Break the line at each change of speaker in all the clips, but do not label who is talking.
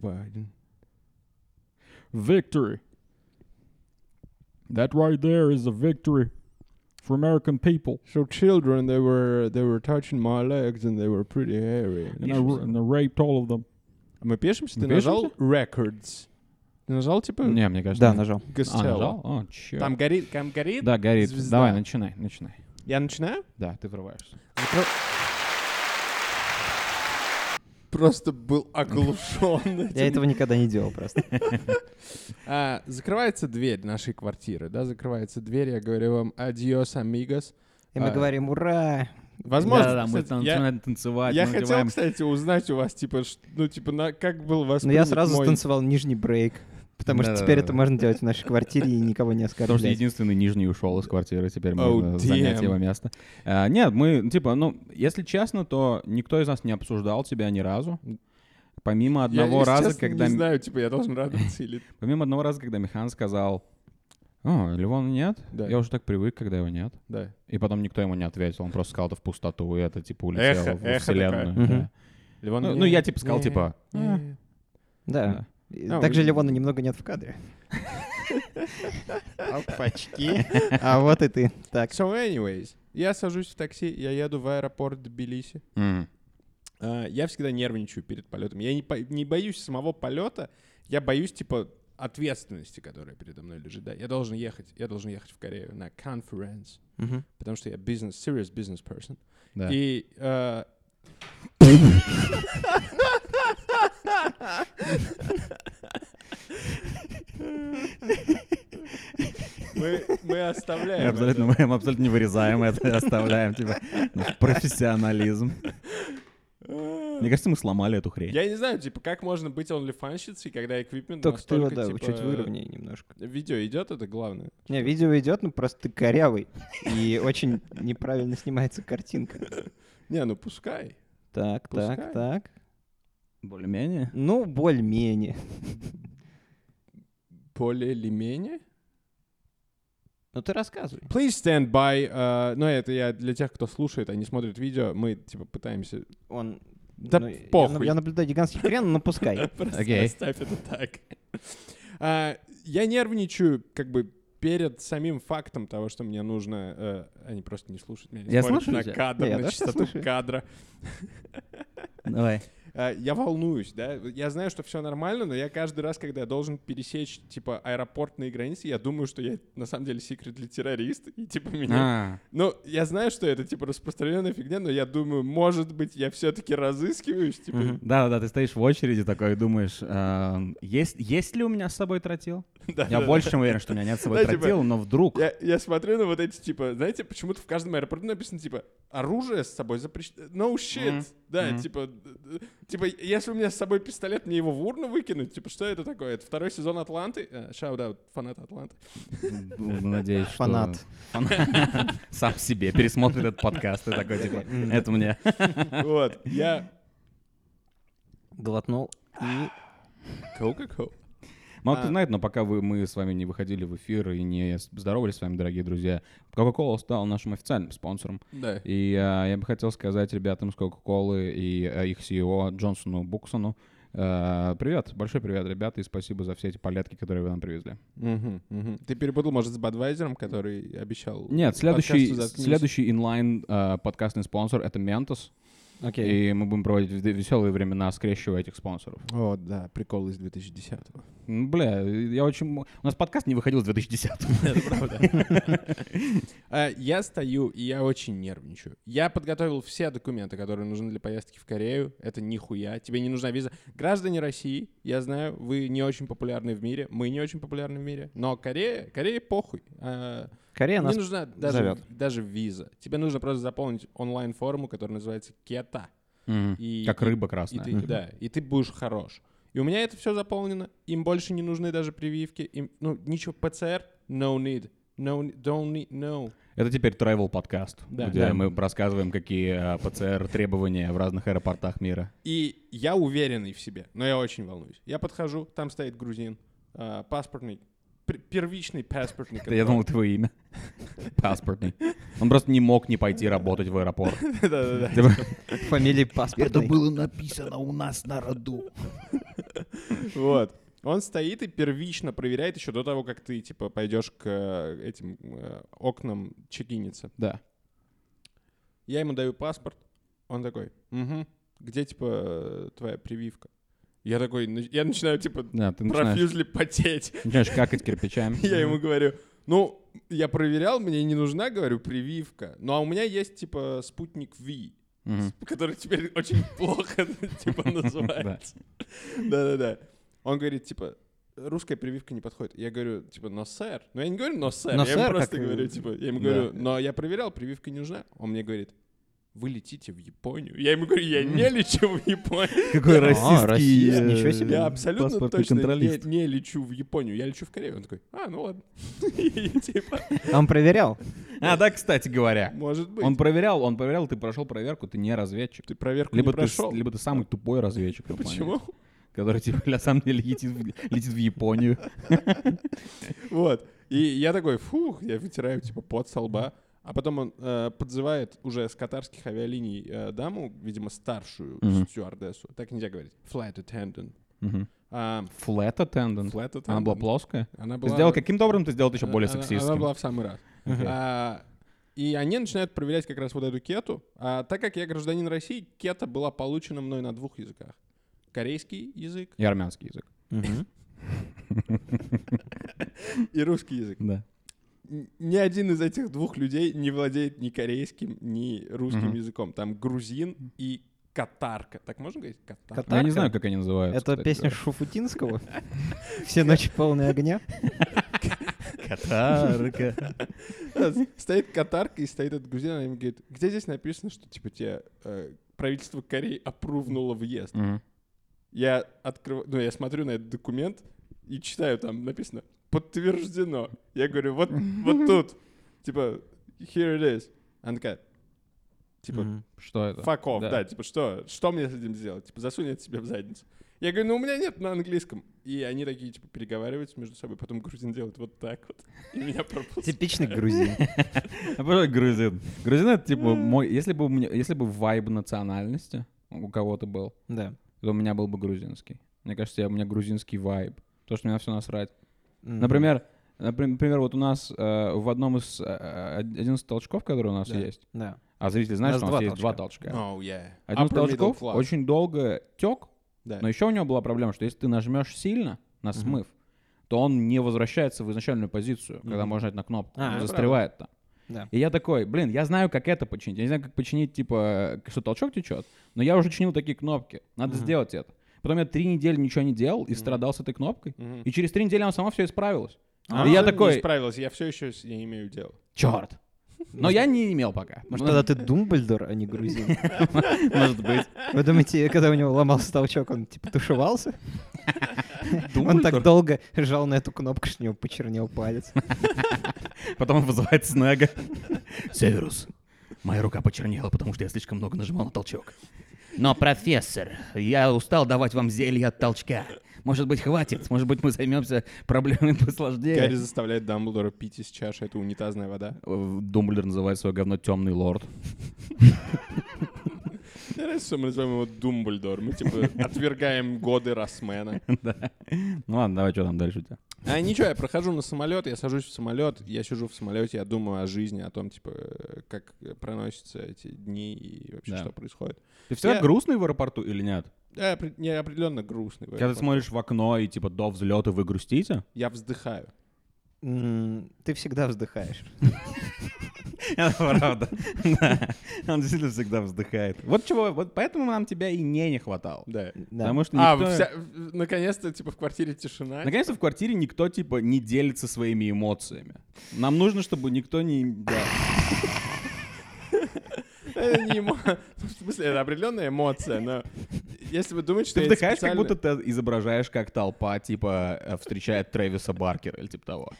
Biden. Victory. That right there is a victory for American people.
So children, they were they were touching my legs and they were pretty hairy.
And I, ra- and I raped all of them.
Мы пишемся? Ты
Мы пишемся?
нажал records? Ты нажал типа
Не, мне кажется,
Да,
нет.
нажал.
А,
Costello?
нажал? А, чёрт.
Там горит, там горит.
Да, горит.
звезда.
Давай, начинай, начинай.
Я начинаю?
Да, ты врываешься.
Просто был оглушен.
Я этого никогда не делал просто.
А, закрывается дверь нашей квартиры, да, закрывается дверь, я говорю вам «Адьос, амигос».
И мы
А.
говорим, ура!
Возможно,
Да-да-да, мы
кстати,
там
я,
начинаем танцевать,
я
мы
хотел,
надеваем-
кстати, узнать у вас, типа, ш- ну, типа, на, как был
Ну,
вас
Но я сразу станцевал нижний брейк, потому что теперь это
Да-да-да.
можно делать в нашей квартире и никого не
Потому что
оскорблять.
единственный нижний ушел из квартиры, теперь
Oh,
можно занять
damn.
его место. А, нет, мы, типа, ну, если честно, то никто из нас не обсуждал тебя ни разу. Помимо одного раза, когда...
не знаю, типа, я должен радоваться или...
Помимо одного раза, когда Михан сказал, «О, Левона нет?
Да.
Я уже так привык, когда его нет».
Да.
И потом никто ему не ответил, он просто сказал это в пустоту, и это, типа, улетело
Эхо,
в
эхо
вселенную.
такая.
да.
Мгм.
Левон,
Ну,
не-
ну, я, типа, сказал,
не-
типа, «А,
не-
Да. И
Ну,
Также
и-
Левона немного нет в кадре.
Опачки.
А вот и ты. Так.
So anyways, я сажусь в такси, я еду в аэропорт Тбилиси.
м,
А, Я всегда нервничаю перед полетом. Я не, по- не боюсь самого полета, я боюсь, типа, ответственности, которая передо мной лежит. Да, я должен ехать, я должен ехать в Корею на конференц,
Мгм.
потому что я бизнес, serious business person.
да».
И э, мы, мы
Мы
оставляем
абсолютно, мы абсолютно не вырезаем это, оставляем, типа, наш профессионализм.
А.
Мне кажется, мы сломали эту хрень.
Я не знаю, типа, как можно быть онлифанщицей, когда эквипмент
Только ты его,
настолько,
да,
типа,
чуть выровняй немножко.
Видео идет, это главное.
Не, видео идет, ну просто ты корявый. И очень неправильно снимается картинка.
Не, ну пускай.
Так,
Пускай.
так, так.
Более-менее.
Ну, более-менее.
Более или менее.
Ну ты рассказывай.
Please stand by. э, ну, это я для тех, кто слушает, они смотрят видео, мы, типа, пытаемся...
Он...
Да
ну, я
похуй.
наб- Я наблюдаю гигантский крен, но пускай.
Просто
Окей.
оставь это так. А, я нервничаю, как бы, перед самим фактом того, что мне нужно... э, они просто не слушают меня. они
Я
смотрят
слушаю
на
тебя.
кадр,
Не, я
на
тоже
частоту
слушаю.
кадра.
Давай.
А, Я волнуюсь, да. Я знаю, что все нормально, но я каждый раз, когда я должен пересечь, типа, аэропортные границы, я думаю, что я на самом деле секретный террорист, и, типа, меня...
А,
Ну, я знаю, что это, типа, распространенная фигня, но я думаю, может быть, я все-таки разыскиваюсь, типа...
Да, да, ты стоишь в очереди такой и думаешь, эм, есть, есть ли у меня с собой тротил?
Да,
Я
да,
больше чем уверен, что у меня нет с собой
Да, типа,
тротил, но вдруг.
Я, я смотрю на вот эти, типа, знаете, почему-то в каждом аэропорту написано, типа, оружие с собой запрещено. No shit.
Мгм.
Да,
Мгм.
типа, э, э, типа, если у меня с собой пистолет, мне его в урну выкинуть. Типа, что это такое? Это второй сезон Атланты. Шаудаут, фанат Атланты.
Ну, Надеюсь, что...
Фанат.
Фанат. Сам себе пересмотрит этот подкаст и такой, типа, это мне.
Вот, я...
Глотнул. И...
Кока-кола.
Мало кто
А.
знает, но пока вы, мы с вами не выходили в эфир и не с- здоровались с вами, дорогие друзья, Coca-Cola стал нашим официальным спонсором.
Да.
И а, я бы хотел сказать ребятам с Coca-Cola и а, их CEO Джонсону Буксону, э, Привет, большой привет, ребята, и спасибо за все эти палетки, которые вы нам привезли.
Мгм, мгм. Ты перепутал, может, с Бадвайзером, который обещал...
Нет, следующий,
подкасту «Заткнись».
следующий инлайн э, подкастный спонсор это Ментос.
Окей.
И мы будем проводить веселые времена, скрещивая этих спонсоров.
О, да, прикол из 2010-го.
М, Бля, э, я очень... м- У нас подкаст не выходил с 2010
А, Я стою, и я очень нервничаю. Я подготовил все документы, которые нужны для поездки в Корею. Это нихуя. Тебе не нужна виза. Граждане России, я знаю, вы не очень популярны в мире. Мы не очень популярны в мире. Но Корея, Корея похуй. А,
Корея
Не
нас...
нужна даже,
зовёт.
даже виза. Тебе нужно просто заполнить онлайн-форму, которая называется Кета. И-
Как рыба
И
красная.
ты, да, и ты будешь хорош. И у меня это все заполнено. Им больше не нужны даже прививки. Им, ну, ничего, ПЦР, no need. No, ne- don't need, no.
Это теперь travel подкаст,
Да.
где
Да.
мы рассказываем, какие э, ПЦР требования в разных аэропортах мира.
И я уверенный в себе, но я очень волнуюсь. Я подхожу, там стоит грузин, а, паспортный, пр- первичный паспортный.
Это, я думал, твое имя. Паспортный. Он просто не мог не пойти работать в аэропорт.
Да-да-да.
Фамилии паспортной.
было написано у нас на роду.
Вот. Он стоит и первично проверяет еще до того, как ты, типа, пойдешь к э, этим э, окнам чекиниться.
Да.
Я ему даю паспорт. Он такой, угу, где, типа, э, твоя прививка? Я такой, ну, я начинаю, типа,
Да, ты начинаешь,
профьюзли потеть.
начинаешь какать кирпичами.
Я ему говорю, ну, я проверял, мне не нужна, говорю, прививка. Ну, а у меня есть, типа, спутник Ви,
Мгм.
который теперь очень плохо, типа, называется. Да-да-да. Он говорит, типа, русская прививка не подходит. Я говорю, типа, но сэр. Но я не говорю, но сэр.
Но
я ему
сэр,
просто
как, э,
говорю, типа, я ему
да.
говорю, но я проверял, прививка не нужна. Он мне говорит, вы летите в Японию. Я ему говорю, я не лечу в Японию.
Какой
А, расист, ничего себе.
Я абсолютно
паспортный
точно не,
контролист.
не лечу в Японию. Я лечу в Корею. Он такой, а, ну ладно. И типа,
А Он проверял.
А, да, кстати говоря.
может быть.
Он проверял, он проверял, ты прошел проверку, ты не разведчик.
Ты проверку
Либо
не
ты, с-
прошел.
либо ты самый тупой разведчик. на планете,
Почему?
Который, типа, на самом деле летит, в- летит в Японию.
Вот. И я такой, фух, я вытираю, типа, пот со лба. А потом он э, подзывает уже с катарских авиалиний э, даму, видимо, старшую
Мгм.
стюардессу. Так нельзя говорить. Flight attendant.
Мгм.
А,
Flat attendant.
flight attendant.
Она была плоская.
Она
Ты
была- Э,
сделал каким-то образом, ты сделал это еще более
она- Она
сексистским.
была в самый раз. А, и они начинают проверять как раз вот эту кету. А так как я гражданин России, кета была получена мной на двух языках. Корейский язык
И армянский язык.
и русский язык.
Да.
н- ни один из этих двух людей не владеет ни корейским, ни русским
Мгм.
языком. Там грузин и катарка. Так можно говорить? Катарка.
Ну, Я не
Татарка?
знаю, как они называются.
Это
кстати
песня Шуфутинского. Все ночи полные огня.
Катарка.
Стоит катарка и стоит этот грузин, она ему говорит, где здесь написано, что типа тебе э, правительство Кореи опрувнуло въезд?
Мгм.
Я открываю, ну я смотрю на этот документ и читаю, там написано «подтверждено». Я говорю, вот, вот тут, типа, here it is. Она такая, типа,
Что это?
Fuck off,
Да.
да. типа, что, что мне с этим сделать? Типа, засунь это себе в задницу. Я говорю, ну у меня нет на английском. И они такие, типа, переговариваются между собой, потом грузин делает вот так вот. И меня пропускают.
Типа,
Типичный грузин.
А пожалуй, грузин. Грузин это типа мой... Если бы, у меня- если бы вайб национальности у кого-то был,
Да.
то у меня был бы грузинский. Мне кажется, я, у меня грузинский вайб. То, что меня все насрать.
Мгм.
Например, напри- например, вот у нас э, в одном из... э, э, один из толчков, который у нас
Да.
есть,
Да.
а зрители знают,
У нас
что у
два
нас есть два толчка.
Oh, yeah.
Один
Upper
из
middle
толчков
class.
очень долго тек,
Да.
но еще у него была проблема, что если ты нажмешь сильно на смыв, то он не возвращается в изначальную позицию, когда
Мгм.
можно нажать на кнопку,
А,
он
это
застревает там.
Да.
И я такой, блин, я знаю, как это починить. Я не знаю, как починить, типа, что толчок течет, но я уже чинил такие кнопки. Надо
Мгм.
сделать это. Потом я три недели ничего не делал и страдал с этой кнопкой.
Мгм.
И через три недели она сама все исправилась.
А,
и я
не
такой,
справилась, я все еще с ней имею дело.
черт. Но я не имел пока.
ну,
Может, тогда ты Думблдор, а не грузин?
Может быть.
Вы думаете, когда у него ломался толчок, он типа тушевался? Он так долго жал на эту кнопку, что у него почернел палец.
Потом он вызывает Снега. Северус, моя рука почернела, потому что я слишком много нажимал на толчок.
Но, профессор, я устал давать вам зелье от толчка. Может быть, хватит? Может быть, мы займемся проблемой
Гарри
Э.
посложнее?
заставляет Дамблдора пить из чаши, это унитазная вода.
Э, Думблер называет свое говно темный лорд.
Мне нравится, что мы называем его Думблдор. Мы, типа, отвергаем годы Росмена.
Ну ладно, давай, что там дальше у тебя?
А ничего, я прохожу на самолет, я сажусь в самолет, я сижу в самолете, я думаю о жизни, о том, типа, э, как э, проносятся эти дни и вообще,
Да.
что происходит.
Ты всегда
Я-
грустный в аэропорту или нет?
Я, опре- я определенно грустный. в
Когда ты
этом.
смотришь в окно и типа до взлета вы грустите?
Я вздыхаю.
М, Ты всегда вздыхаешь.
Это правда. Он действительно всегда вздыхает. Вот чего, вот поэтому нам тебя и не не хватало.
Да.
Да.
Потому что
А,
никто-
вся- в- наконец-то, типа, в квартире тишина.
Наконец-то в квартире никто, типа, не делится своими эмоциями. Нам нужно, чтобы никто не... Да.
Это Э, не эмо- В смысле, это определенная эмоция, но если вы думаете, что
Ты
я это
вдыхаешь, как
специально-
будто ты изображаешь, как толпа, типа, э, встречает Трэвиса Баркера или типа того.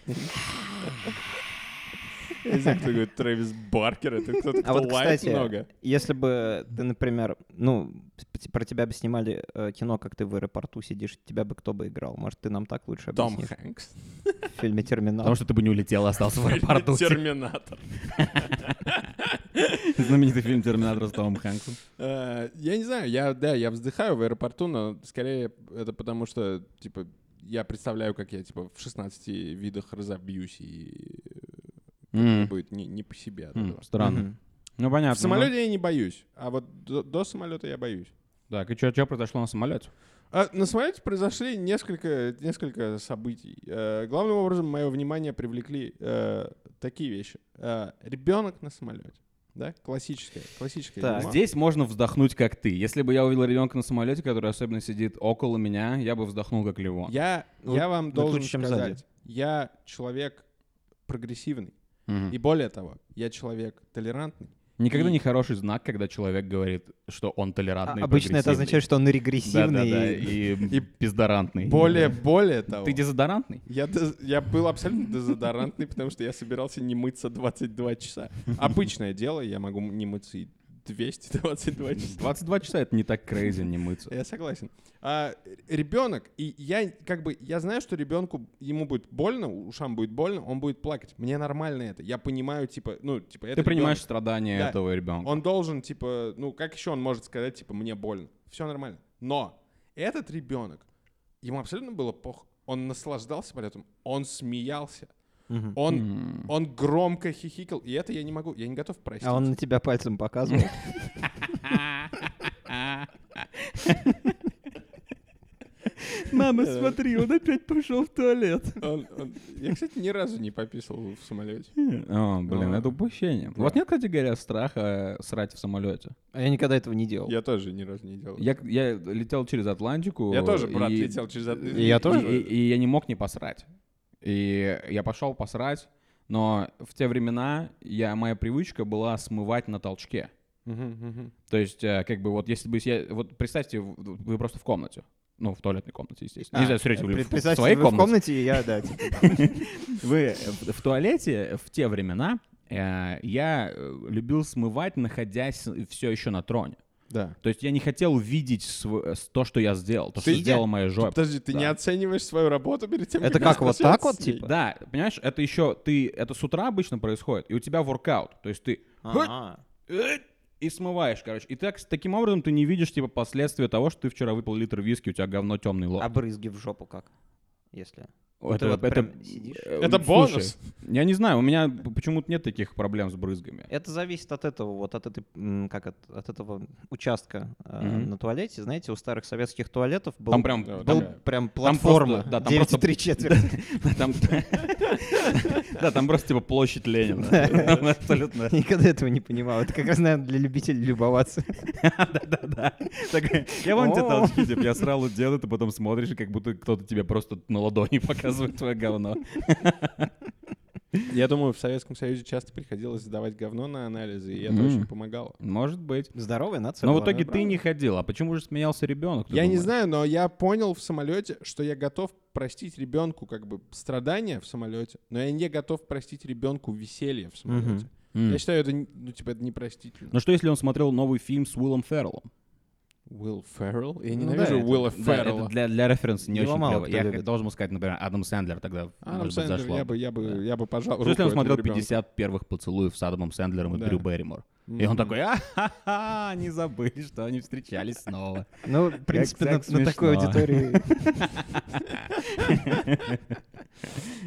Я не знаю, кто говорит, Трэвис Баркер, это кто-то,
А
кто
вот,
лает
кстати,
много.
если бы ты, например, ну, п- про тебя бы снимали э, кино, как ты в аэропорту сидишь, тебя бы кто бы играл? Может, ты нам так лучше
Том
объяснишь?
Хэнкс.
В фильме «Терминал».
Потому что ты бы не улетел, а остался в аэропорту.
Терминатор.
Знаменитый фильм «Терминатор» с Томом Хэнксом.
Э, Я не знаю, я, да, я вздыхаю в аэропорту, но скорее это потому, что, типа, я представляю, как я, типа, в 16 видах разобьюсь, и э,
М,
будет не, не по себе. от
м,
этого.
Странно.
Мгм.
Ну, понятно.
В самолете я не боюсь, а вот до, до самолета я боюсь.
ну. Так, и что произошло на самолете?
А, на самолете произошли несколько, несколько событий. Э, главным образом мое внимание привлекли э, такие вещи. ребенок на самолете. Да? Классическая, классическая.
Так.
тема.
Здесь можно вздохнуть, как ты. Если бы я увидел ребенка на самолете, который особенно сидит около меня, я бы вздохнул, как Левон.
Я,
Ну,
я вам
вот
должен
лучше, чем
сказать,
сзади.
я человек прогрессивный.
Мгм.
И более того, я человек толерантный.
Никогда
и-
не хороший знак, когда человек говорит, что он
А-
толерантный. и
Обычно это
прогрессивный.
означает, что он
Да-да-да,
регрессивный. и-
А. и, пиздорантный.
Более, более того,
Ты дезодорантный?
я, дез- я был абсолютно дезодорантный, потому что я собирался не мыться 22 часа. Обычное дело, я могу не мыться и 222 часа.
22 часа это не так крейзи не мыться.
Я согласен. А, ребенок, и я как бы, я знаю, что ребенку, ему будет больно, ушам будет больно, он будет плакать. Мне нормально это. Я понимаю, типа, ну, типа, это
Ты принимаешь
ребенок.
страдания
Да.
этого ребенка.
Он должен, типа, ну, как еще он может сказать, типа, мне больно? Все нормально. Но этот ребенок, ему абсолютно было пох. Он наслаждался полетом, он смеялся,
Мгм. А
он,
М.
он громко хихикал, и это я не могу, я не готов простить.
А он на тебя пальцем показывал.
Мама,
смотри,
он опять пошел в туалет.
Он- он- Я, кстати, ни разу не пописал в самолете.
О, блин,
А.
это упущение. У вас нет, кстати говоря, страха э, срать в самолете?
А я никогда этого не делал.
Я тоже ни разу не делал.
Я, я летел через Атлантику.
Я тоже, брат,
и-
летел через Атлантику.
И я тоже?
И, и я не мог не посрать. И я пошел посрать, но в те времена я, моя привычка была смывать на толчке. То есть, э, как бы, вот если бы я... Вот представьте, в- в- вы просто в комнате. Ну, в туалетной комнате, естественно.
А,
Нельзя срать в,
Пред-
в
представьте,
своей
вы в
комнате.
комнате, и я, да. типа.
Вы в, в туалете в те времена э, я э, любил смывать, находясь все еще на троне.
Да.
То есть я не хотел видеть св- э, то, что я сделал, то, что
Ты-
сделала моя жопа.
Подожди, ты
Да.
не оцениваешь свою работу перед тем,
Это как, вот
распрощаться
так вот,
с ней?
типа?
Да, понимаешь, это еще ты, это с утра обычно происходит, и у тебя воркаут, то есть ты
Ага.
э, и смываешь, короче, и так, таким образом ты не видишь типа последствия того, что ты вчера выпил литр виски, у тебя говно темный лоб.
А брызги в жопу как? Если...
Это,
ты вот
это-
прям сидишь?
э,
Это
слушай,
бонус.
Я не знаю, у меня п- почему-то нет таких проблем с брызгами.
Это зависит от этого, вот от этой, м, как от, от этого участка э,
Мгм.
на туалете. Знаете, у старых советских туалетов был,
Там прям,
Да,
был
такая.
прям
Там
платформа
просто- да, там
9
просто-
три четверти.
там, да, там просто типа площадь Ленина. Там Абсолютно.
Никогда этого не понимал. Это как раз, наверное, для любителей любоваться.
Да-да-да. Так, Я вон тебе
О.
толчки, типа, я срал делаю, ты потом смотришь, и как будто кто-то тебе просто на ладони показывает твое говно.
Я думаю, в Советском Союзе часто приходилось сдавать говно на анализы, и это
М.
очень помогало.
Может быть.
Здоровая нация.
Но Ну, в
была.
итоге ты
правда.
не ходил. А почему же смеялся ребенок?
Я не знаю, но я понял в самолете, что я готов простить ребенку как бы страдания в самолете, но я не готов простить ребенку веселье в самолете. Я считаю, это, н- ну, типа, это непростительно.
Ну что, если он смотрел новый фильм с Уиллом Ферреллом?
Уилл Феррелл? Я
Ну
ненавижу
да, это-
Уилла
да, это
Феррелла.
для, для референса не
Его
очень
мало
клево.
кто
Я
любит.
должен был сказать, например, Адам Сэндлер тогда,
Адам
может быть,
Сэндлер,
зашло.
я бы, я бы,
Да.
я бы пожал руку
Что, если он
этому
смотрел
ребенку?
50 первых поцелуев с Адамом Сэндлером и
Да.
Дрю Берримор? И
М.
он такой, а не забыли, что они встречались снова.
Ну, в принципе, на,
так
на такой
смешно.
аудитории...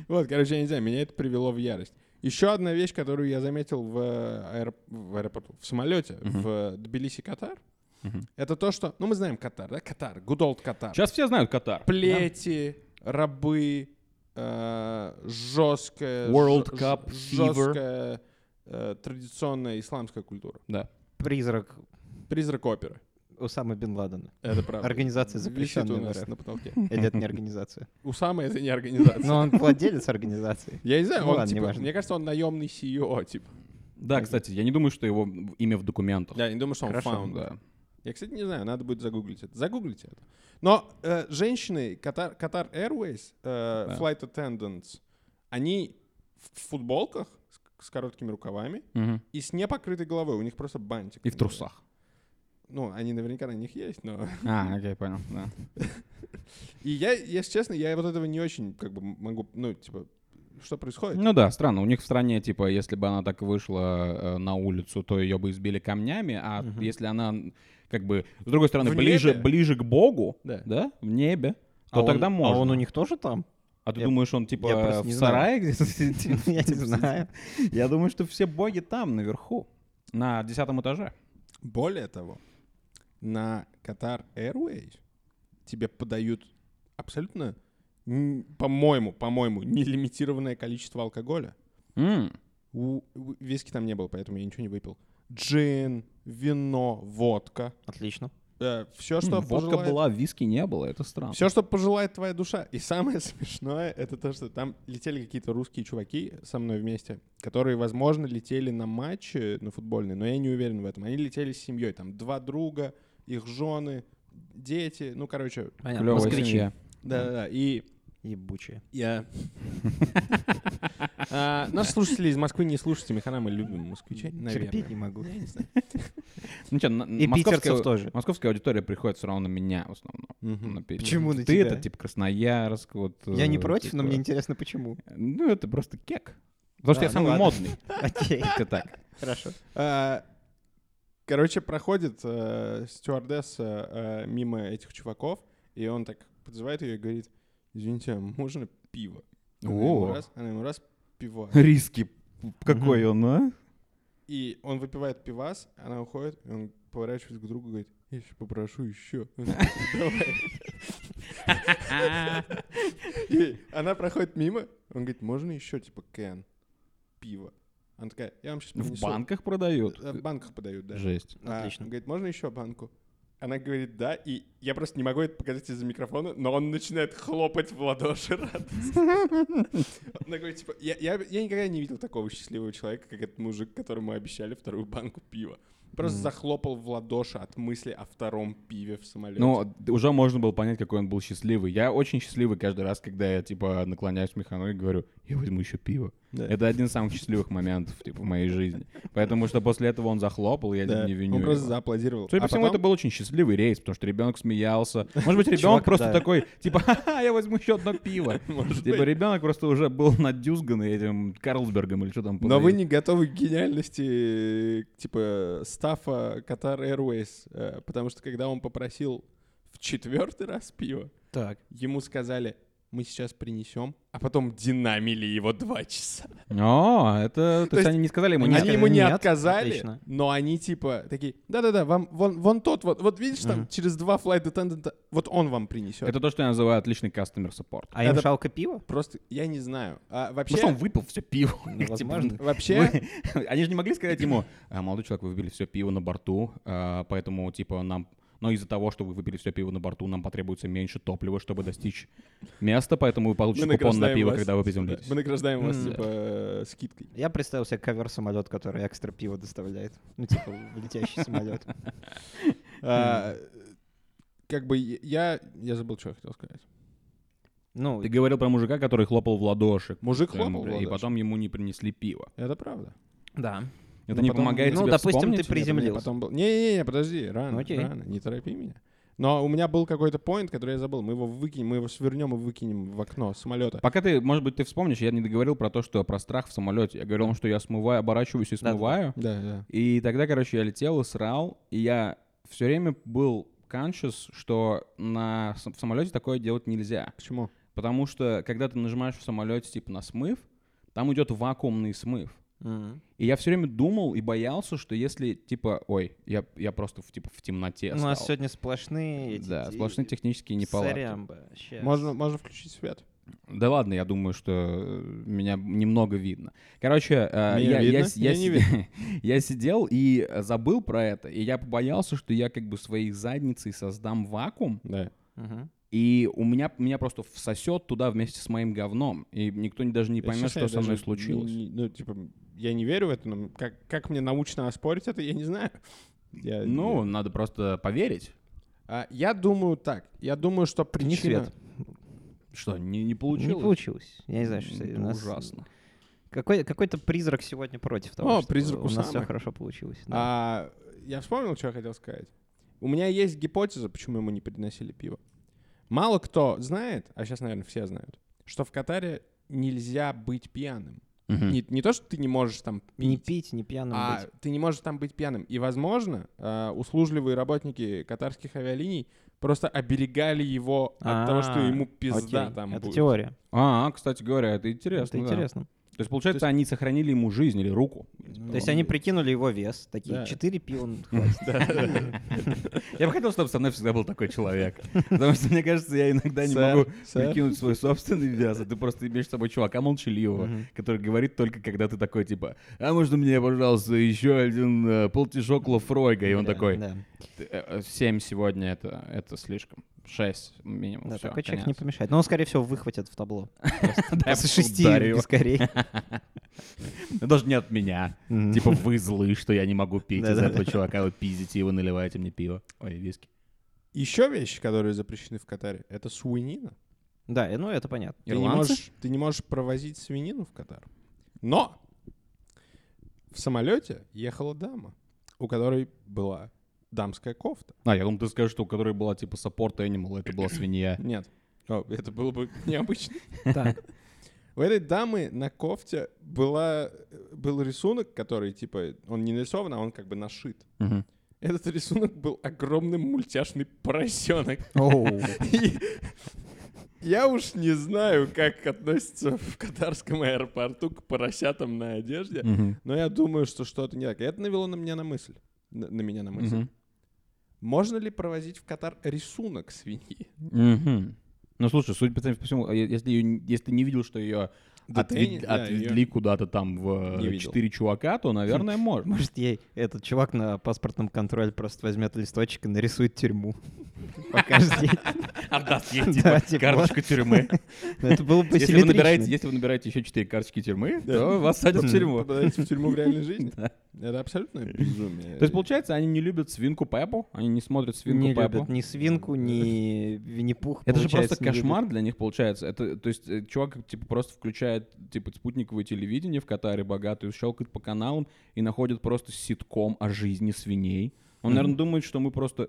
Вот, короче, я не знаю, меня это привело в ярость. Еще одна вещь, которую я заметил в, э, аэро- в аэропорту, в самолете, в э, Тбилиси, Катар,
Мгм.
это то, что, ну мы знаем Катар, да, Катар, good old Катар.
Сейчас все знают Катар.
Плети, рабы, э, жесткая,
World
жё-
Cup
жё-
fever.
жесткая э, традиционная исламская культура.
Да.
Призрак
Призрак оперы.
Усама Бен Ладена.
Это правда.
Организация
А, Висит у
запрещенная в
нас ну.
РФ.
на потолке.
Или это не организация?
Усама это не организация.
Но он владелец организации.
Я не знаю,
Ну
он,
ладно,
типа,
неважно.
мне кажется, он наемный CEO, типа.
Да, кстати, я не думаю, что его имя в документах.
Да, я не думаю, что он
Хорошо,
фаунд.
да.
Я, кстати, не знаю, надо будет загуглить это. Загуглите это. Но э, женщины Катар, Катар Airways, э,
Да.
flight attendants, они в футболках с, с короткими рукавами
Мгм.
и с непокрытой головой. У них просто бантик.
И в трусах.
Ну, они наверняка на них есть, но...
А, окей, понял. да.
И я, если честно, я вот этого не очень, как бы, могу, ну, типа, Что происходит?
Ну да, странно. У них в стране, типа, если бы она так вышла э, на улицу, то ее бы избили камнями, а если она, м, как бы, с другой стороны,
В
ближе,
небе?
ближе к Богу,
Да.
да, в небе,
А
то
он-
тогда можно.
А он у них тоже там?
А ты
Я-
думаешь, он, типа,
я просто
в
не знаю.
сарае где-то сидит?
Я не знаю.
Я думаю, что все боги там, наверху, на десятом этаже.
Более того, на Qatar Airways тебе подают абсолютно, н- по-моему, по-моему, нелимитированное количество алкоголя.
М,
У, у- виски там не было, поэтому я ничего не выпил. Джин, вино, водка.
Отлично.
все, что
м, Водка
пожелает-
была, виски не было, это
А.
странно.
Все, что пожелает твоя душа. И самое смешное, это то, что там летели какие-то русские чуваки со мной вместе, которые, возможно, летели на матчи, на футбольные, но я не уверен в этом. Они летели с семьей, там два друга, их жены, дети, ну, короче,
Клёвая
Москвичи.
семья.
да-да-да. И
Ебучие.
я... А, Нас слушатели из Москвы не слушайте, Михана мы любим москвичей,
Терпеть
наверное.
не могу.
Ну чё, на-
И
московская-
питерцев тоже.
Московская аудитория приходит все равно на меня в основном.
Мгм.
на песню.
Почему на
Ты
тебя?
это типа Красноярск, вот.
Я не
э,
против, но
такое.
мне интересно, почему.
Ну, это просто кек. Потому что
А,
я
ну
самый
ладно.
модный.
Окей,
Как-то так.
хорошо.
А, Короче, проходит э, стюардесса э, мимо этих чуваков, и он так подзывает ее и говорит, извините, а можно пиво? Она ему
О.
раз, она ему раз пиво.
Риски. Какой он, а?
И он выпивает пивас, она уходит, и он поворачивается к другу и говорит, я еще попрошу еще. И она проходит мимо, он говорит, можно еще, типа, кэн пиво? Она такая, я вам сейчас
В банках продают.
В банках подают, да.
Жесть.
А,
Отлично.
он говорит, можно еще банку? Она говорит, да, и я просто не могу это показать из-за микрофона, но он начинает хлопать в ладоши радостно. Она говорит, типа, я, я- я никогда не видел такого счастливого человека, как этот мужик, которому обещали вторую банку пива. Просто захлопал в ладоши от мысли о втором пиве в самолете.
Ну, уже можно было понять, какой он был счастливый. Я очень счастливый каждый раз, когда я, типа, наклоняюсь к механу и говорю, я возьму еще пиво.
Да.
Это один из самых счастливых моментов, типа, в моей жизни. Потому что после этого он захлопал, я
Да.
не виню
Он просто
его.
зааплодировал.
Судя по
А
всему,
потом-
это был очень счастливый рейс, потому что ребенок смеялся. Может быть, ребенок
Чувак,
просто
да.
такой, типа, «Ха-ха, я возьму еще одно пиво. Типа, ребенок просто уже был надюзган этим Карлсбергом или что там.
Но вы
подают.
не готовы к гениальности, э, типа, стафа Qatar Airways, э, потому что когда он попросил в четвертый раз пиво,
Так.
ему сказали, мы сейчас принесем, а потом динамили его два часа.
О, это...
То
То есть
есть
они не сказали ему
они
они
нет.
сказали,
ему не
«Нет,
отказали,
отлично».
но они типа такие, да-да-да, вам вон, вон тот, вот, вот видишь, там через два флайт attendant, вот он вам принесет.
Это то, что я называю отличный customer support.
А им
Это-
жалко пива?
просто, я не знаю. А вообще,
Потому что он выпил все пиво. Типа,
возможно.
вообще,
вы- Они же не могли сказать ему, «А, молодой человек, вы выпили все пиво на борту, а, поэтому, типа, нам... Но из-за того, что вы выпили все пиво на борту, нам потребуется меньше топлива, чтобы достичь места, поэтому вы получите купон на
награждаем
пиво,
вас.
когда вы
да,
приземлитесь.
мы награждаем вас,
М.
типа, э, скидкой.
Я представил себе ковер-самолет, который экстра пиво доставляет. Ну, типа, летящий самолет.
А, Как бы я... Я забыл, что я хотел сказать.
Ну,
Ты говорил про мужика, который хлопал в ладоши.
Мужик
Что ему
хлопал в
при- И
ладоши.
потом ему не принесли пиво.
Это правда.
да.
Это
Ну,
не
потом-
помогает
ну,
тебе
допустим, ты
вспомнить?
при- Приземлился.
Потом был... Не-не-не, подожди, рано,
Ну, окей.
рано, не торопи меня. Но у меня был какой-то поинт, который я забыл. Мы его выкинем, мы его свернем и выкинем в окно самолета.
Пока ты, может быть, ты вспомнишь, я не договорил про то, что про страх в самолете. Я говорил, что я смываю, оборачиваюсь и
Да-да-да.
смываю.
Да, да.
И тогда, короче, я летел и срал, и я все время был conscious, что на с- в самолете такое делать нельзя.
Почему?
Потому что, когда ты нажимаешь в самолете, типа, на смыв, там идет вакуумный смыв.
Мгм.
И я все время думал и боялся, что если, типа, ой, я, я просто в, типа, в темноте
Ну, У нас
стал.
сегодня сплошные... эти-
Да, сплошные технические неполадки.
Сорян, бля, щас.
Можно, можно включить свет.
Да ладно, я думаю, что э, меня немного видно. Короче, э,
Меня
я, я
видно?
с- я
Меня не
си- я сидел и э, забыл про это, и я побоялся, что я как бы своей задницей создам вакуум,
Да.
Мгм.
и у меня меня просто всосет туда вместе с моим говном, и никто не- даже не поймет, что со мной случилось.
ну, типа, я не верю в это, но как, как мне научно оспорить это, я не знаю. Я-
Ну, надо просто поверить,
А, я думаю так. Я думаю, что
Не
причина...
свет.
что не, не
Не
получилось.
получилось. Я не знаю, что
Это
у нас...
ужасно.
Какой, какой-то призрак сегодня против того,
О,
что
призрак
у нас все
Усамы.
хорошо получилось. да.
А, я вспомнил, что я хотел сказать. У меня есть гипотеза, почему ему не приносили пиво. Мало кто знает, а сейчас, наверное, все знают, что в Катаре нельзя быть пьяным.
Мгм.
Не, не то, что ты не можешь там
Не
пить,
пить, не пьяным
а
быть.
ты не можешь там быть пьяным. И, возможно, э, услужливые работники катарских авиалиний просто оберегали его от того, что
А,
ему пизда
Окей,
там
Это
будет.
теория.
А, кстати говоря, это интересно.
Это
да.
интересно.
То есть, получается, они сохранили ему жизнь или руку.
То есть они прикинули его вес. Такие,
Ну, Да.
4 пива ну, хватит.
Я бы хотел, чтобы со мной всегда был такой человек. Потому что, мне кажется, я иногда не
Сэр,
могу
сэр.
прикинуть свой собственный вес. а Ты просто имеешь с собой чувака молчаливого, который говорит только, когда ты такой, типа, а можно мне, пожалуйста, еще один э, полтишок лофройга? И он
Да,
такой,
да.
«Э, э, семь сегодня, это, это слишком. Шесть минимум.
Да,
всё,
такой человек не
конец».
помешает. Но он, скорее всего, выхватит в табло.
Да,
С шести
ударю его.
или скорее.
Ну, Даже не от меня.
Мгм.
Типа вы злы, что я не могу пить из
Да-да-да.
этого чувака. Вы пиздите его, наливаете мне пиво. Ой, виски.
Еще вещи, которые запрещены в Катаре, это свинина.
Да, и ну это понятно.
Ты не,
Ирландцы?
можешь, ты не можешь провозить свинину в Катар. Но в самолете ехала дама, у которой была дамская кофта.
А, я думал, ты скажешь, что у которой была типа саппорт Animal, это была свинья.
Нет, О, это было бы необычно.
Так.
У этой дамы на кофте была, э, был рисунок, который, типа, он не нарисован, а он как бы нашит.
Мгм.
Этот рисунок был огромный мультяшный поросенок.
Оу.
И Я уж не знаю, как относятся в катарском аэропорту к поросятам на одежде,
Мгм.
но я думаю, что что-то не так. И Это навело на меня на мысль. На, на меня на мысль.
Мгм.
Можно ли провозить в Катар рисунок свиньи?
Мгм. Ну слушай, судя по всему- по всему, а е- если, её- если ты не видел, что ее
Отве- да,
отвезли куда-то там в
Не
э,
видел. Хм.
четыре чувака, то, наверное, можно.
Может, ей этот чувак на паспортном контроле просто возьмет листочек и нарисует тюрьму. Покажет ей.
Отдаст ей,
Да, типа,
карточка тюрьмы.
Ну, Это было бы
Если вы, набираете,
симметрично.
если вы набираете еще четыре карточки тюрьмы,
Да.
то вас садят в тюрьму. То
Попадаете в тюрьму в реальной жизни? Это абсолютное безумие.
есть, получается, они не любят свинку Пеппу, они не смотрят свинку
Не
Пеппу.
любят ни свинку, ни Винни-Пух.
Это же
получается,
просто
не любят.
кошмар для них получается. Это, то есть э, чувак типа просто включает типа спутниковое телевидение в Катаре богатую, щелкает по каналам и находит просто ситком о жизни свиней. Он, наверное, думает, что мы просто...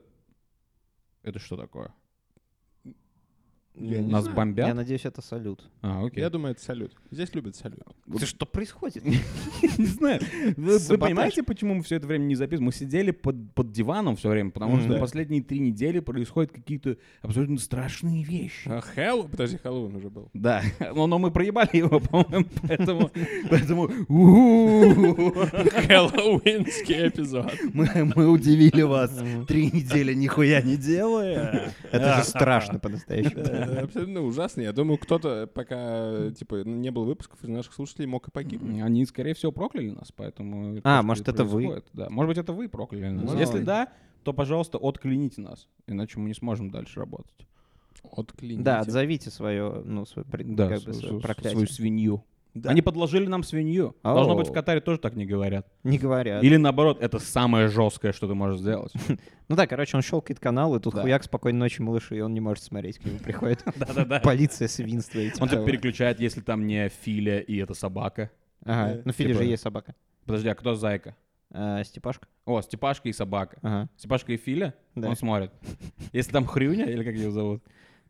Это что такое?
Я не
Нас
знаю.
бомбят?
Я надеюсь, это салют.
А, окей.
Я думаю, это салют. Здесь любят салют.
Это что происходит?
не знаю. Вы, вы
Саботаж.
понимаете, почему мы все это время не записываем? Мы сидели под, под диваном все время, потому
Мгм.
что
Да.
последние три недели происходят какие-то абсолютно страшные вещи.
А Хэллоу- Подожди, Хэллоуин уже был.
Да, но, но мы проебали его, по-моему, поэтому, поэтому у-у-у.
Хэллоуинский эпизод.
Мы, мы удивили вас. Три недели нихуя не делая.
Это же страшно по-настоящему.
Это абсолютно ужасно. Я думаю, кто-то, пока типа не было выпусков из наших слушателей, мог и погибнуть.
Они, скорее всего, прокляли нас, поэтому...
А,
то, что
может,
и
это вы?
происходит, Да. Может быть, это вы прокляли нас.
Ну,
Если
да.
да, то, пожалуйста, отклините нас, иначе мы не сможем дальше работать.
Отклинить.
Да, отзовите свое, ну, свое, пред-
Да,
как бы
свою-
свое
свою-
проклятие.
свою свинью.
Да.
Они подложили нам свинью.
Ау.
Должно быть, в Катаре тоже так не говорят.
Не говорят.
Или наоборот, это самое жесткое, что ты можешь сделать.
Ну да, короче, он щелкает канал, и тут
Да.
хуяк спокойной ночи, малыши, и он не может смотреть, к нему приходит
Да-да-да.
полиция свинства. и типа
Он тебя
того.
переключает, если там не Филя и это собака.
Ага, ну Фили
Типа-
же есть собака.
Подожди, а кто зайка?
А, Степашка?
О, Степашка и собака.
Ага.
Степашка и Филя?
Да.
Он смотрит. Если там Хрюня, или как ее зовут?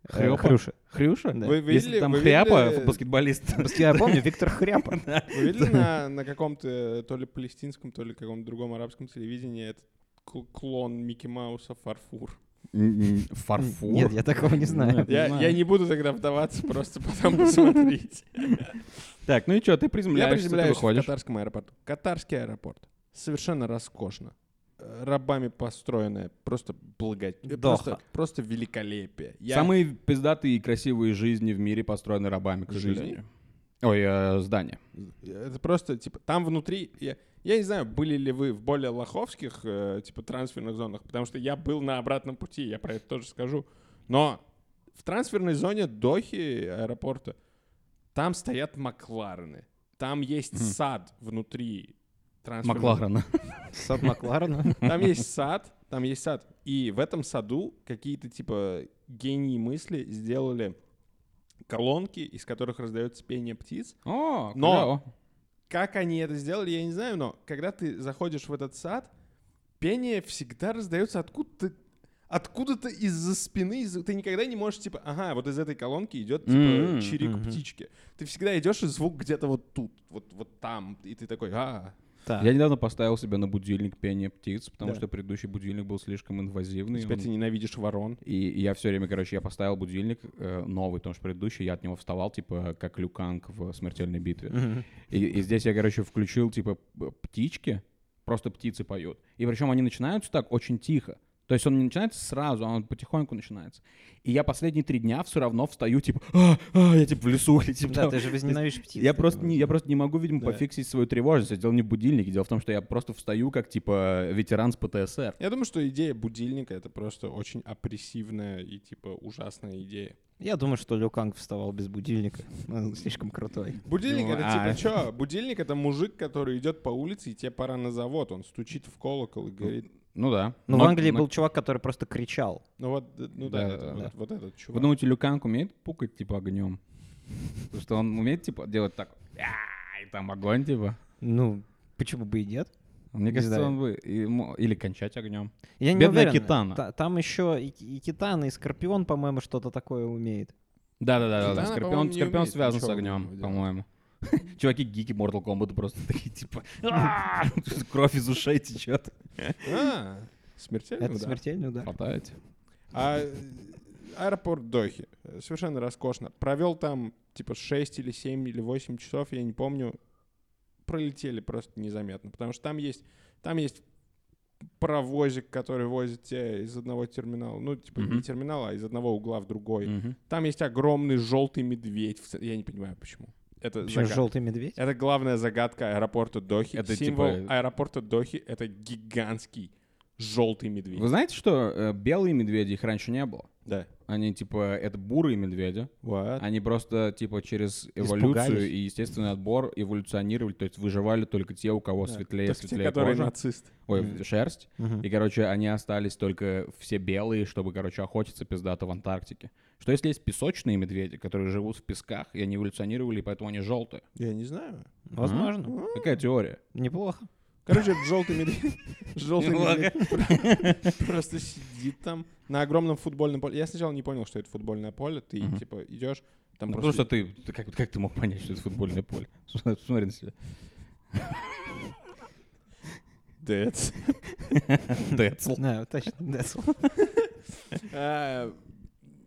Э,
Хрёпа?
Хрюша.
Хрюша?
Да.
Вы видели,
Если там
вы
Хряпа,
видели-
баскетболист.
Я помню, Виктор Хряпа.
Вы видели на, на каком-то то ли палестинском, то ли каком-то другом арабском телевидении этот кл- клон Микки Мауса Фарфур?
Фарфур.
Нет, я такого не знаю.
Нет.
Я,
Понимаю.
я не буду тогда вдаваться, просто потом посмотрите.
Так, ну и что, ты
Я
приземляешься, ты
приземляюсь в
выходишь.
катарском аэропорту. Катарский аэропорт. Совершенно роскошно. Э, Рабами построенное. Просто благодетель.
Доха.
Просто, просто великолепие. Я-
Самые пиздатые и красивые жизни в мире построены рабами, к
Жизни?
сожалению. Ой, э, здания.
Это просто, типа, там внутри... Я, я не знаю, были ли вы в более лоховских, э, типа, трансферных зонах, потому что я был на обратном пути, я про это тоже скажу. Но в трансферной зоне Дохи аэропорта там стоят Макларены. Там есть сад внутри трансферной
Макларена.
Сад Макларена.
Там есть сад, там есть сад. И в этом саду какие-то типа гении мысли сделали колонки, из которых раздается пение птиц.
О,
Но-
но
Как они это сделали, я не знаю, но когда ты заходишь в этот сад, пение всегда раздается откуда-то Откуда-то из-за спины, из- ты никогда не можешь, типа, ага, вот из этой колонки идет
Мгм,
типа, чирик птички. Ты всегда идешь, и звук где-то вот тут, вот, вот там, и ты такой, а,
Так.
Я недавно поставил себе на будильник пение птиц, потому
Да.
что предыдущий будильник был слишком инвазивный.
теперь
Ну,
ты
он-
ненавидишь ворон.
И я все время, короче, я поставил будильник э, новый, потому что предыдущий я от него вставал, типа, как Люканг в «Смертельной битве». И, и здесь я, короче, включил, типа, п- птички, просто птицы поют. И причем они начинаются так очень тихо. То есть он не начинается сразу, а он потихоньку начинается. И я последние три дня все равно встаю, типа, «А, а, я, типа, в лесу, или, типа,
Да,
там».
ты же возненавидишь птиц.
Я просто, не, я просто не могу, видимо,
Да.
пофиксить свою тревожность. Это Дело не в будильнике, дело в том, что я просто встаю как, типа, ветеран с ПТСР.
Я думаю, что идея будильника — это просто очень опрессивная и, типа, ужасная идея.
Я думаю, что Лю Канг вставал без будильника. Он слишком крутой.
Будильник
Ну,
это
а.
типа что? Будильник это мужик, который идет по улице, и тебе пора на завод. Он стучит в колокол и говорит:
Ну да.
Ну, в
Но-
Англии
но-
был чувак, который просто кричал.
Ну вот, э, ну да,
Да,
это
да,
вот,
да.
вот этот чувак.
Вы думаете, Люканг умеет пукать, типа, огнем? Потому что он умеет, типа, делать так, «А, и там огонь, типа.
Ну, почему бы и нет?
Мне
Не
кажется,
знаю.
он бы... ему- Или кончать огнем.
Я не
Бедная
уверен.
Китана.
Та- Там еще и, и Китана, и Скорпион, по-моему, что-то такое умеет.
Да-да-да,
Китана,
да,
по-моему,
Скорпион,
не
Скорпион
умеет
связан с
ничего
огнем,
умного
по-моему. Чуваки гики Mortal Kombat просто такие, типа, «А, кровь из ушей течет.
А, смертельный
Это
удар.
смертельный удар.
Хватает.
А э, аэропорт Дохи э, совершенно роскошно. Провел там типа 6 или 7 или 8 часов, я не помню. Пролетели просто незаметно, потому что там есть, там есть паровозик, который возит тебя из одного терминала, ну, типа
Мгм.
не терминала, а из одного угла в другой.
Мгм.
Там есть огромный желтый медведь. в ц- Я не понимаю, почему. Это
Почему
загадка.
желтый медведь?
Это главная загадка аэропорта Дохи.
Это
Символ
типа-
аэропорта Дохи — это гигантский желтый медведь.
Вы знаете, что э, белые медведи, их раньше не было?
Да.
Они, типа, это бурые медведи. Они просто, типа, через эволюцию
Испугались.
и естественный отбор эволюционировали, то есть выживали только те, у кого
Да.
светлее,
Только те,
светлее
которые
кожа.
нацисты.
Ой,
Мгм.
шерсть.
Мгм.
И, короче, они остались только все белые, чтобы, короче, охотиться пиздато в Антарктике. Что если есть песочные медведи, которые живут в песках, и они эволюционировали, и поэтому они желтые?
Я не знаю.
Возможно.
Какая теория?
Неплохо.
Короче, этот желтый медведь, желтый медведь просто сидит там на огромном футбольном поле. Я сначала не понял, что это футбольное поле. Ты
Мгм.
типа идешь, там
Ну,
просто...
Потому что ты, ты как, как ты мог понять, что это футбольное поле? Смотри на себя.
Дэц.
Децл.
Да, точно. да, сл-
А,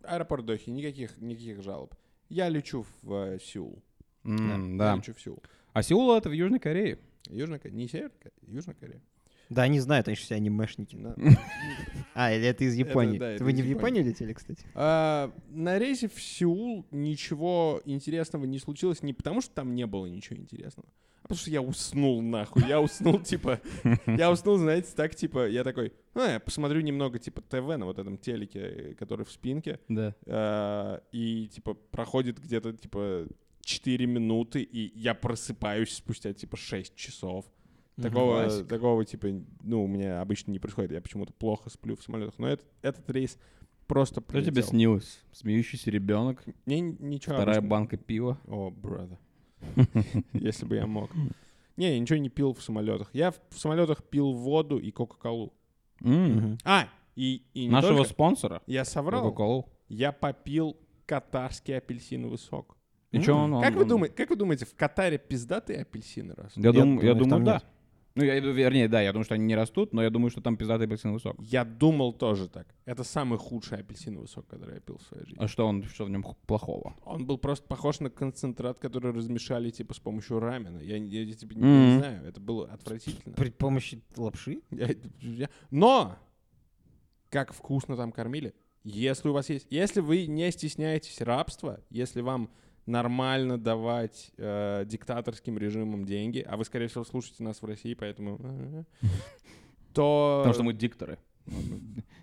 Аэропорт Дохи, никаких, никаких жалоб. Я лечу в э, Сеул.
М,
Я
Да.
лечу в Сеул.
А Сеул — это в Южной Корее.
Южная Корея, не Северная Корея, Южная Корея.
Да, они знают, они же все анимешники.
Да.
А, или это из
Это
Японии.
да, это
Вы
из
не в
Японии.
Японию летели, кстати?
А, На рейсе в Сеул ничего интересного не случилось не потому, что там не было ничего интересного, а потому что я уснул нахуй. Я уснул, типа, я уснул, знаете, так, типа, я такой, «А, я посмотрю немного, типа, ТВ на вот этом телеке, э, который в спинке,
Да.
а, и, типа, проходит где-то, типа, 4 минуты, и я просыпаюсь спустя, типа, 6 часов. Такого,
Классика.
такого типа, ну, у меня обычно не происходит. Я почему-то плохо сплю в самолетах. Но этот, этот рейс просто
Что тебе
пролетел.
снилось? Смеющийся ребенок,
Мне н- ничего.
вторая
обычно-
банка пива.
О, брата. Если бы я мог. Не, я ничего не пил в самолетах. Я в в самолетах пил воду и Кока-Колу.
М.
А, и, и не
Нашего
только.
спонсора.
Я соврал.
Coca-Cola.
Я попил катарский апельсиновый сок.
И чё он, он-
Как вы
он-
думаете, как вы думаете, в Катаре пиздатые апельсины растут?
Я,
Нет,
думаю, я
думаю,
думаю,
там
да.
нет.
Ну, я, иду- вернее, да, я думаю, что они не растут, но я думаю, что там пиздатый апельсиновый сок.
Я думал тоже так. Это самый худший апельсиновый сок, который я пил в своей жизни.
А что он, что в нем плохого?
Он был просто похож на концентрат, который размешали типа с помощью рамена. Я, я, я, типа, не-
Мгм.
не знаю, это было отвратительно.
При помощи лапши?
Я- я- Но! Как вкусно там кормили. Если у вас есть... Если вы не стесняетесь рабства, если вам нормально давать э, диктаторским режимам деньги, а вы, скорее всего, слушаете нас в России, поэтому... э, То...
Потому что мы дикторы.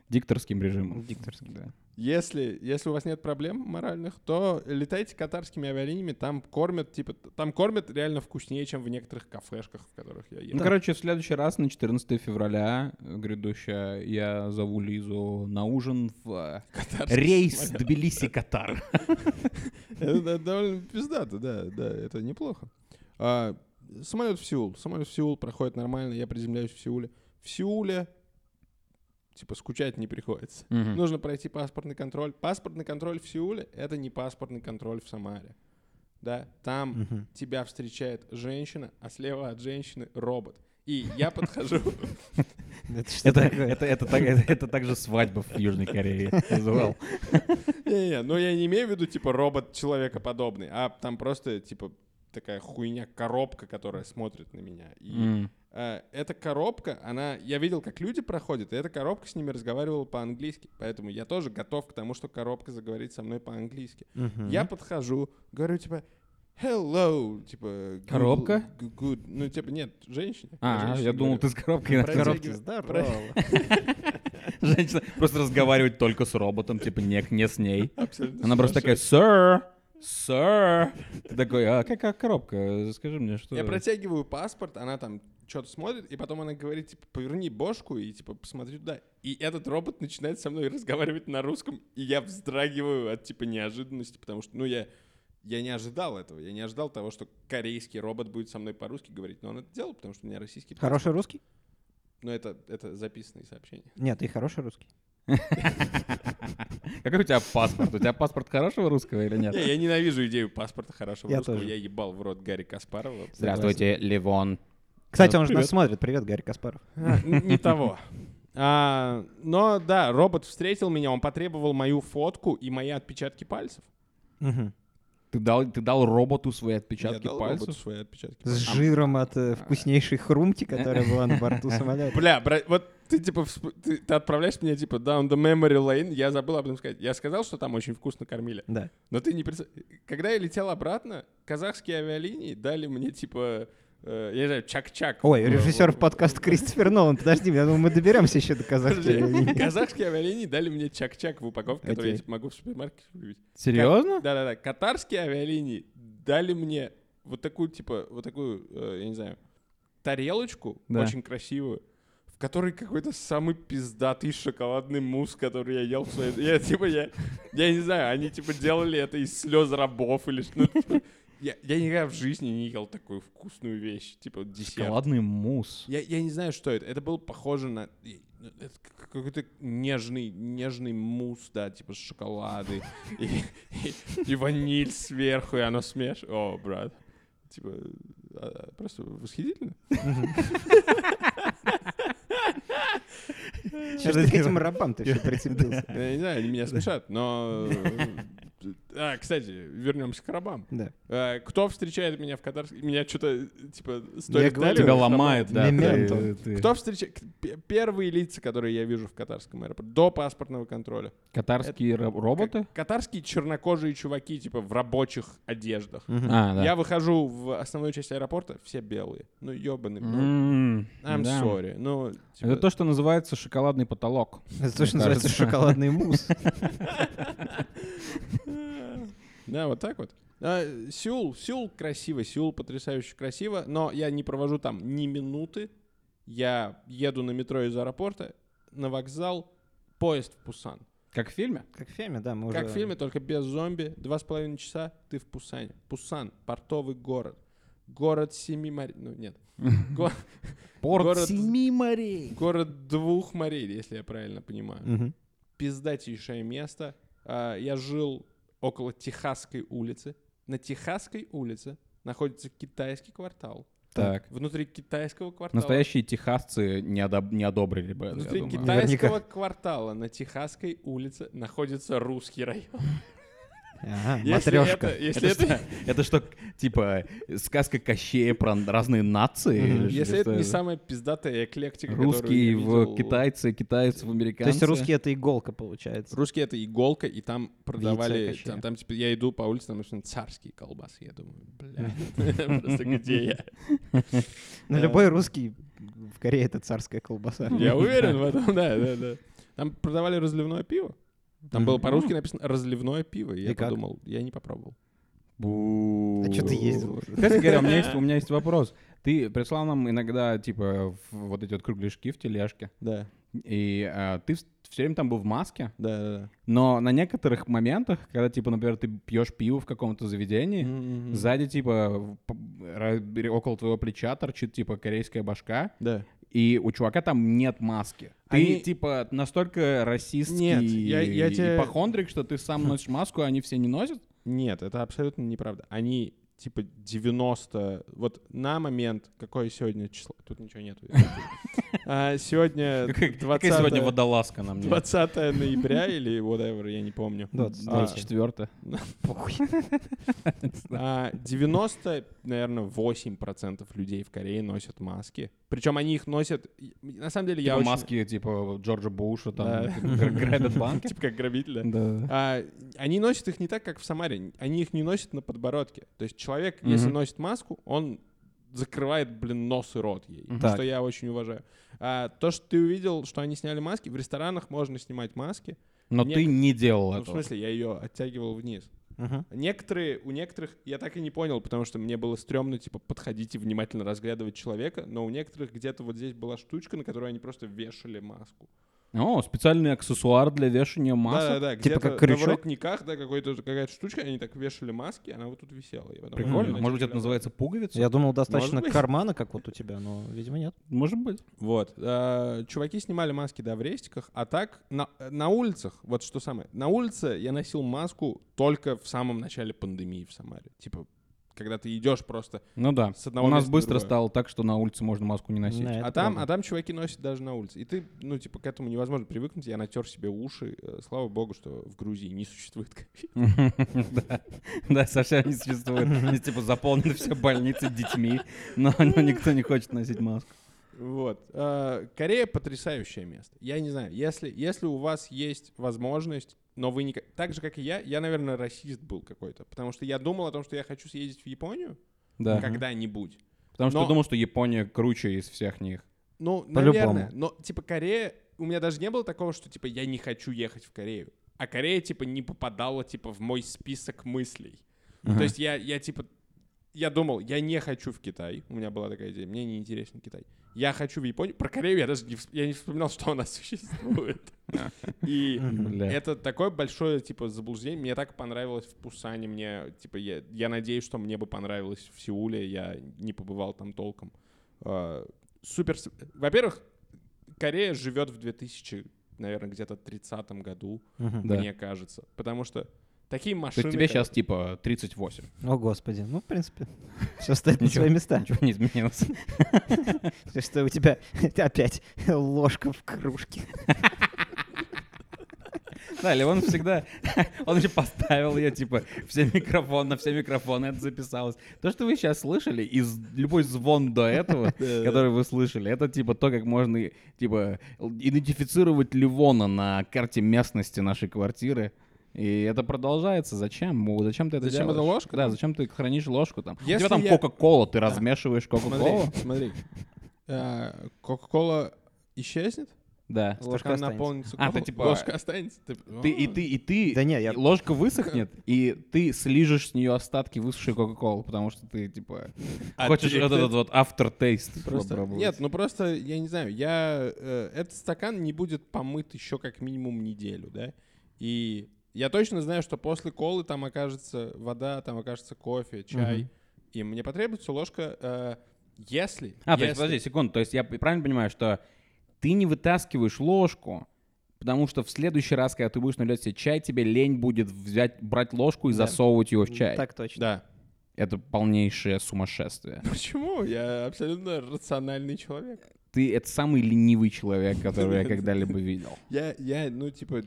Дикторским режимом.
Дикторский.
Да.
Если, если у вас нет проблем моральных, то летайте катарскими авиалиниями, там кормят, типа, т- там кормят реально вкуснее, чем в некоторых кафешках, в которых я ел.
Ну, короче, в следующий раз, на 14 февраля э, грядущее, я зову Лизу на ужин в... э,
Катарский
Рейс
самолет.
Тбилиси-Катар.
Это да, довольно пиздато, да, да, это неплохо. А, самолет в Сеул. Самолет в Сеул проходит нормально, я приземляюсь в Сеуле. В Сеуле Типа скучать не приходится.
Хм.
Мгм.
Нужно пройти паспортный контроль. Паспортный контроль в Сеуле — это не паспортный контроль в Самаре. Да, там
Мгм.
тебя встречает женщина, а слева от женщины робот. И я подхожу,
Это что
Это,
такое?
это, это, так- это, это также свадьба в Южной Корее называл.
не-не, но ну, я не имею в виду, типа, робот человекоподобный, а там просто, типа, такая хуйня, коробка, которая смотрит на меня. И
М.
э, эта коробка, она, я видел, как люди проходят, и эта коробка с ними разговаривала по-английски, поэтому я тоже готов к тому, что коробка заговорит со мной по-английски.
Мгм.
Я подхожу, говорю, типа, hello, типа... good-
Коробка?
gu- good. Ну, типа, нет, женщина.
А,
женщине
я думал,
говорю.
ты с коробкой.
Про-
Короб-
Коробки
протягиваю-
здорово.
Женщина просто разговаривает только с роботом, типа не, не с ней.
Абсолютно
Она просто такая,
сумасшедшая.
сэр, сэр. Ты такой, а какая коробка? Скажи мне, что...
Я протягиваю паспорт, она там что-то смотрит, и потом она говорит, типа, поверни бошку и, типа, посмотри туда. И этот робот начинает со мной разговаривать на русском, и я вздрагиваю от, типа, неожиданности, потому что, ну, я... Я не ожидал этого. Я не ожидал того, что корейский робот будет со мной по-русски говорить. Но он это делал, потому что у меня российский...
Хороший русский?
Но это, это записанные сообщения.
Нет, ты хороший русский.
Какой А у тебя паспорт? У тебя паспорт хорошего русского или нет?
Не, я ненавижу идею паспорта хорошего
Я
русского.
тоже.
Я ебал в рот Гарри Каспарова.
Здравствуйте, Ливон.
Кстати, он же
привет.
нас смотрит. Привет, Гарри Каспаров.
А, н- Не того. А, но да, робот встретил меня, он потребовал мою фотку и мои отпечатки пальцев.
Мгм.
Ты дал, ты дал роботу свои
Я
отпечатки
дал
пальцев?
роботу свои отпечатки
С
пальцев.
жиром от э, вкуснейшей хрумти, которая была на борту самолета.
Бля, бра- вот ты типа всп- ты, ты отправляешь меня типа down the memory lane, я забыл об этом сказать. Я сказал, что там очень вкусно кормили.
Да.
Но ты не представ- Когда я летел обратно, казахские авиалинии дали мне типа э, я не знаю, чак-чак.
Ой,
В-
режиссер
в-
подкаста Кристофер Нолан. Подожди, я думаю, мы доберемся еще до казахской
Подожди,
линии.
Казахские авиалинии дали мне чак-чак в упаковке, которую я
Окей.
типа, могу в супермаркете купить.
Серьезно?
Да-да-да, катарские авиалинии дали мне вот такую, типа, вот такую, э, я не знаю, тарелочку,
Да.
очень красивую, в которой какой-то самый пиздатый шоколадный мусс, который я ел в своей... Я, типа, я, я не знаю, они, типа, делали это из слез рабов или что я, я никогда в жизни не ел такую вкусную вещь, типа, десерт.
Шоколадный мусс.
Я, я не знаю, что это. Это было похоже на и- ну, это к- какой-то нежный, нежный мусс, да, типа с шоколады и, и- и ваниль сверху, и оно смеш... О, брат. Типа, а, просто восхитительно.
Чё ж ты к этим рабам ты все прицепился?
Я не знаю, они меня смешат, но... э, А, кстати, вернемся к рабам.
Да.
Э, Кто встречает меня в Катарске? Меня что-то, типа,
Я
стоит
говорю,
Тебя ломает, да.
Мементо.
ты- ты-
Кто встречает? П- Первые лица, которые я вижу в катарском аэропорту, до паспортного контроля.
Катарские ро- роботы?
К- Катарские чернокожие чуваки, типа, в рабочих одеждах.
А, да.
Я выхожу в основную часть аэропорта, все белые. Ну, ёбаный. Ну,
М,
I'm
да.
sorry. Ну, типа,
Это то, что называется шоколадный потолок.
Это то, что
Мне
называется
кажется.
шоколадный мусс.
Да, вот так вот. А, Сеул, Сеул красиво, Сеул потрясающе красиво, но я не провожу там ни минуты. Я еду на метро из аэропорта, на вокзал, поезд в Пусан.
Как в фильме?
Как в фильме, да, мы уже...
Как в фильме, только без зомби. Два с половиной часа ты в Пусане. Пусан — портовый город. Город семи морей. Ну, нет. Го- Город-
семи морей.
Город двух морей, если я правильно понимаю.
Мгм.
Пиздатейшее место. А, Я жил около Техасской улицы. На Техасской улице находится китайский квартал.
Так.
Внутри китайского квартала...
Настоящие техасцы не, одоб- не одобрили бы, это, я
Внутри
думаю.
китайского
Наверняка.
квартала на Техасской улице находится русский район.
Ага,
Если
матрешка.
это- Если
Это,
это
что, это что, типа, сказка Кощея про разные нации?
Мгм.
или
Если
что
это не самая пиздатая эклектика, которую
Русские
я
в
видел.
китайцы, китайцы в американцы.
То есть русский — это иголка, получается.
Русские это иголка, и там продавали...
Кощея.
Там, там, типа, я иду по улице, там написано царские колбасы. Я думаю, бля, просто где я?
Ну, любой русский в Корее — это царская колбаса.
Я уверен в этом, да, да, да. Там продавали разливное пиво. Там было по-русски написано «разливное пиво», и я
И как?
подумал, я не попробовал.
Бу.
А чё ты ездил?
Кстати говоря, у меня есть, у меня есть вопрос. Ты прислал нам иногда, типа, в- вот эти вот кругляшки в тележке,
Да,
и а, ты все время там был в маске,
да, да.
но на некоторых моментах, когда, типа, например, ты пьешь пиво в каком-то заведении,
М-м-м.
сзади, типа, в- п- ра- около твоего плеча торчит, типа, корейская башка,
Да.
и и у чувака там нет маски. Ты,
Они-
типа, настолько расистский
Нет, я- я
и
тебе-
ипохондрик, что ты сам носишь маску, а они все не носят?
Нет, это абсолютно неправда. Они типа 90... Вот на момент, какое сегодня число? Тут ничего нету. А, Сегодня 20...
Какая сегодня водолазка на мне?
20 ноября или whatever, я не помню.
Двадцать-
А,
24
а, 90, наверное, 8% людей в Корее носят маски. Причем они их носят... и- На самом деле я
Типа
очень-
маски, типа, Джорджа Буша,
Да.
там, типа, Гр- Грэдет Банки.
Типа как грабителя.
Да.
А, они носят их не так, как в Самаре. Они их не носят на подбородке. То есть человек, если
Мгм.
носит маску, он закрывает, блин, нос и рот ей,
Так.
что я очень уважаю. А, то, что ты увидел, что они сняли маски, в ресторанах можно снимать маски.
Но
Мне-
ты не делал
Ну, в
этого.
смысле, я ее оттягивал вниз.
Мгм.
Некоторые, у некоторых, я так и не понял, потому что мне было стрёмно, типа, подходить и внимательно разглядывать человека, но у некоторых где-то вот здесь была штучка, на которую они просто вешали маску.
О, специальный аксессуар для вешания масок.
Да-да-да,
Типа
где-то
как
на
крючок?
воротниках, да, какой-то, какая-то штучка, они так вешали маски, она вот тут висела. Я потом её
Прикольно.
начал
Может быть, это
вставлять.
называется пуговица?
Я думал, достаточно
Может быть.
кармана, как вот у тебя, но, видимо, нет.
Может быть.
Вот. э, Чуваки снимали маски, да, в рестиках, а так на, на улицах, вот что самое, на улице я носил маску только в самом начале пандемии в Самаре. Типа, когда ты идешь просто...
Ну да.
С одного
У нас
места на
быстро
другое.
стало так, что на улице можно маску не носить.
Да, это
А там,
правда.
а там чуваки носят даже на улице. И ты, ну, типа, к этому невозможно привыкнуть. Я натер себе уши. Э, Слава богу, что в Грузии не существует ковида.
Да. Да, совсем не существует. Здесь, Типа заполнены все больницы детьми, но но никто не хочет носить маску.
Вот. Э, Корея потрясающее место. Я не знаю, если, если у вас есть возможность, но вы не... Так же, как и я, я, наверное, расист был какой-то. Потому что я думал о том, что я хочу съездить в Японию
Да.
когда-нибудь.
Потому что
Но-
я думал, что Япония круче из всех них.
Ну,
По-любому.
наверное. Но, типа, Корея... У меня даже не было такого, что, типа, я не хочу ехать в Корею. А Корея, типа, не попадала, типа, в мой список мыслей. То есть я, я, типа, я думал, я не хочу в Китай. У меня была такая идея. Мне не интересен Китай. Я хочу в Японию. Про Корею я даже не, вс- я не вспоминал, что она существует. И
Бля.
это такое большое, типа, заблуждение. Мне так понравилось в Пусане. Мне, типа, я, я надеюсь, что мне бы понравилось в Сеуле. Я не побывал там толком. А, Супер. с- Во-первых, Корея живет в 2000, наверное, где-то 30 году,
Мгм.
Да.
мне кажется. Потому что такие
То
машины...
есть тебе
которые-
сейчас типа 38.
О, господи. Ну, в принципе, все стоит на
Ничего.
свои места.
Ничего не изменилось.
То, что у тебя опять ложка в кружке.
Да, Леон всегда... Он еще поставил ее, типа, все микрофон, на все микрофоны это записалось. То, что вы сейчас слышали, и з- любой звон до этого, который вы слышали, это, типа, то, как можно, и, типа, л- идентифицировать Ливона на карте местности нашей квартиры. И это продолжается. Зачем? Му, Зачем ты это
Зачем
делаешь?
эта ложка?
Да, зачем ты хранишь ложку там? У
Если
тебя там
я-
Кока-Кола, ты размешиваешь Кока-Колу?
Смотри, смотри. Э, Кока-кола исчезнет,
Да.
Ложка
стакан
останется.
наполнится
А,
колой,
ты типа-
Ложка останется. Ты...
Ты, и ты, и ты,
Да не, я-
и ложка высохнет, и ты слижешь с нее остатки высохшей Кока-Колы, потому что ты, типа,
А
хочешь
ты-
вот
ты-
этот вот aftertaste
Просто-
попробовать.
Нет, ну просто, я не знаю, я... э, этот стакан не будет помыт еще как минимум неделю, да? И я точно знаю, что после колы там окажется вода, там окажется кофе, чай. И мне потребуется ложка, э, если...
А, то есть,
если-
подожди, секунду, то есть я п- правильно понимаю, что ты не вытаскиваешь ложку, потому что в следующий раз, когда ты будешь наливать себе чай, тебе лень будет взять, брать ложку и засовывать его в чай.
Так точно.
Да.
Это полнейшее сумасшествие.
Почему? Я абсолютно рациональный человек.
Ты — это самый ленивый человек, которого я когда-либо видел.
Я, я, ну, типа...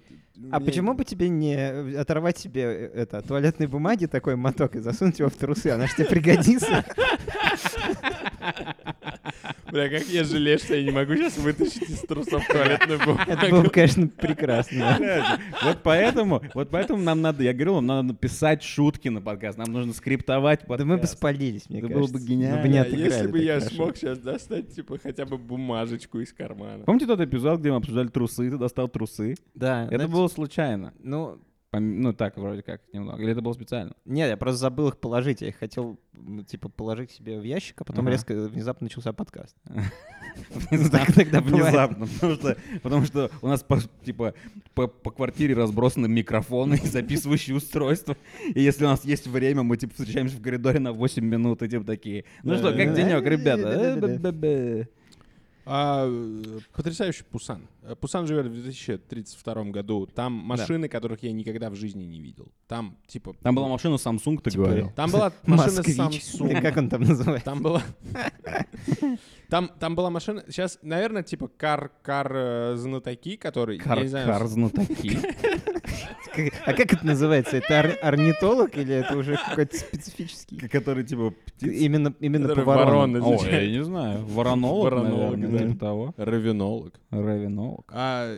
А
мне-
почему бы тебе не э, оторвать себе э, это от туалетной бумаги такой моток и засунуть его в трусы? Она же тебе пригодится.
Бля, как я жалею, что я не могу сейчас вытащить из трусов туалетную
Это было бы,
бумагу.
конечно, прекрасно.
Вот поэтому, вот поэтому нам надо, я говорил, нам надо писать шутки на подкаст, нам нужно скриптовать
Да мы бы
подкаст.
спалились, мне
Да
кажется.
было бы гениально.
Мы бы не
Бля,
отыграли
Если бы
так
я
хорошо.
смог сейчас достать, типа, хотя бы бумажечку из кармана.
Помните тот эпизод, где мы обсуждали трусы, ты достал трусы?
Да.
Это
знаете,
было случайно.
Ну,
Пом- А, Ну так, вроде как, немного. Или это было специально?
нет, я просто забыл их положить. Я их хотел, м, типа, положить себе в ящик, а потом
Ага.
резко внезапно начался подкаст.
Внезапно,
тогда бывает.
внезапно, потому что, потому что у нас по, типа по, по квартире разбросаны микрофоны и записывающие устройства, и если у нас есть время, мы типа встречаемся в коридоре на 8 минут и типа такие, ну что, как денек, ребята? Э, бе-бе-бе.
А, э, потрясающий Пусан. Э, Пусан живет в 2032 году. Там машины, которых я никогда в жизни не видел. Там, типа...
Там была машина Samsung, ты говорил.
Там была машина
Типа, Москвич. Или
Samsung.
как он там называется?
Там была... Там, там была машина... Сейчас, наверное, типа кар-кар-знатоки, которые... я не знаю,
Кар-кар знатоки.
Как- А как это называется? Это ор- орнитолог или это уже какой-то специфический?
Который типа
Именно, именно по
Который
воронам.
ворон
О,
изучает.
я не знаю. Воронолог,
Воронолог,
наверное,
да.
типа того.
Равенолог.
Равенолог.
А,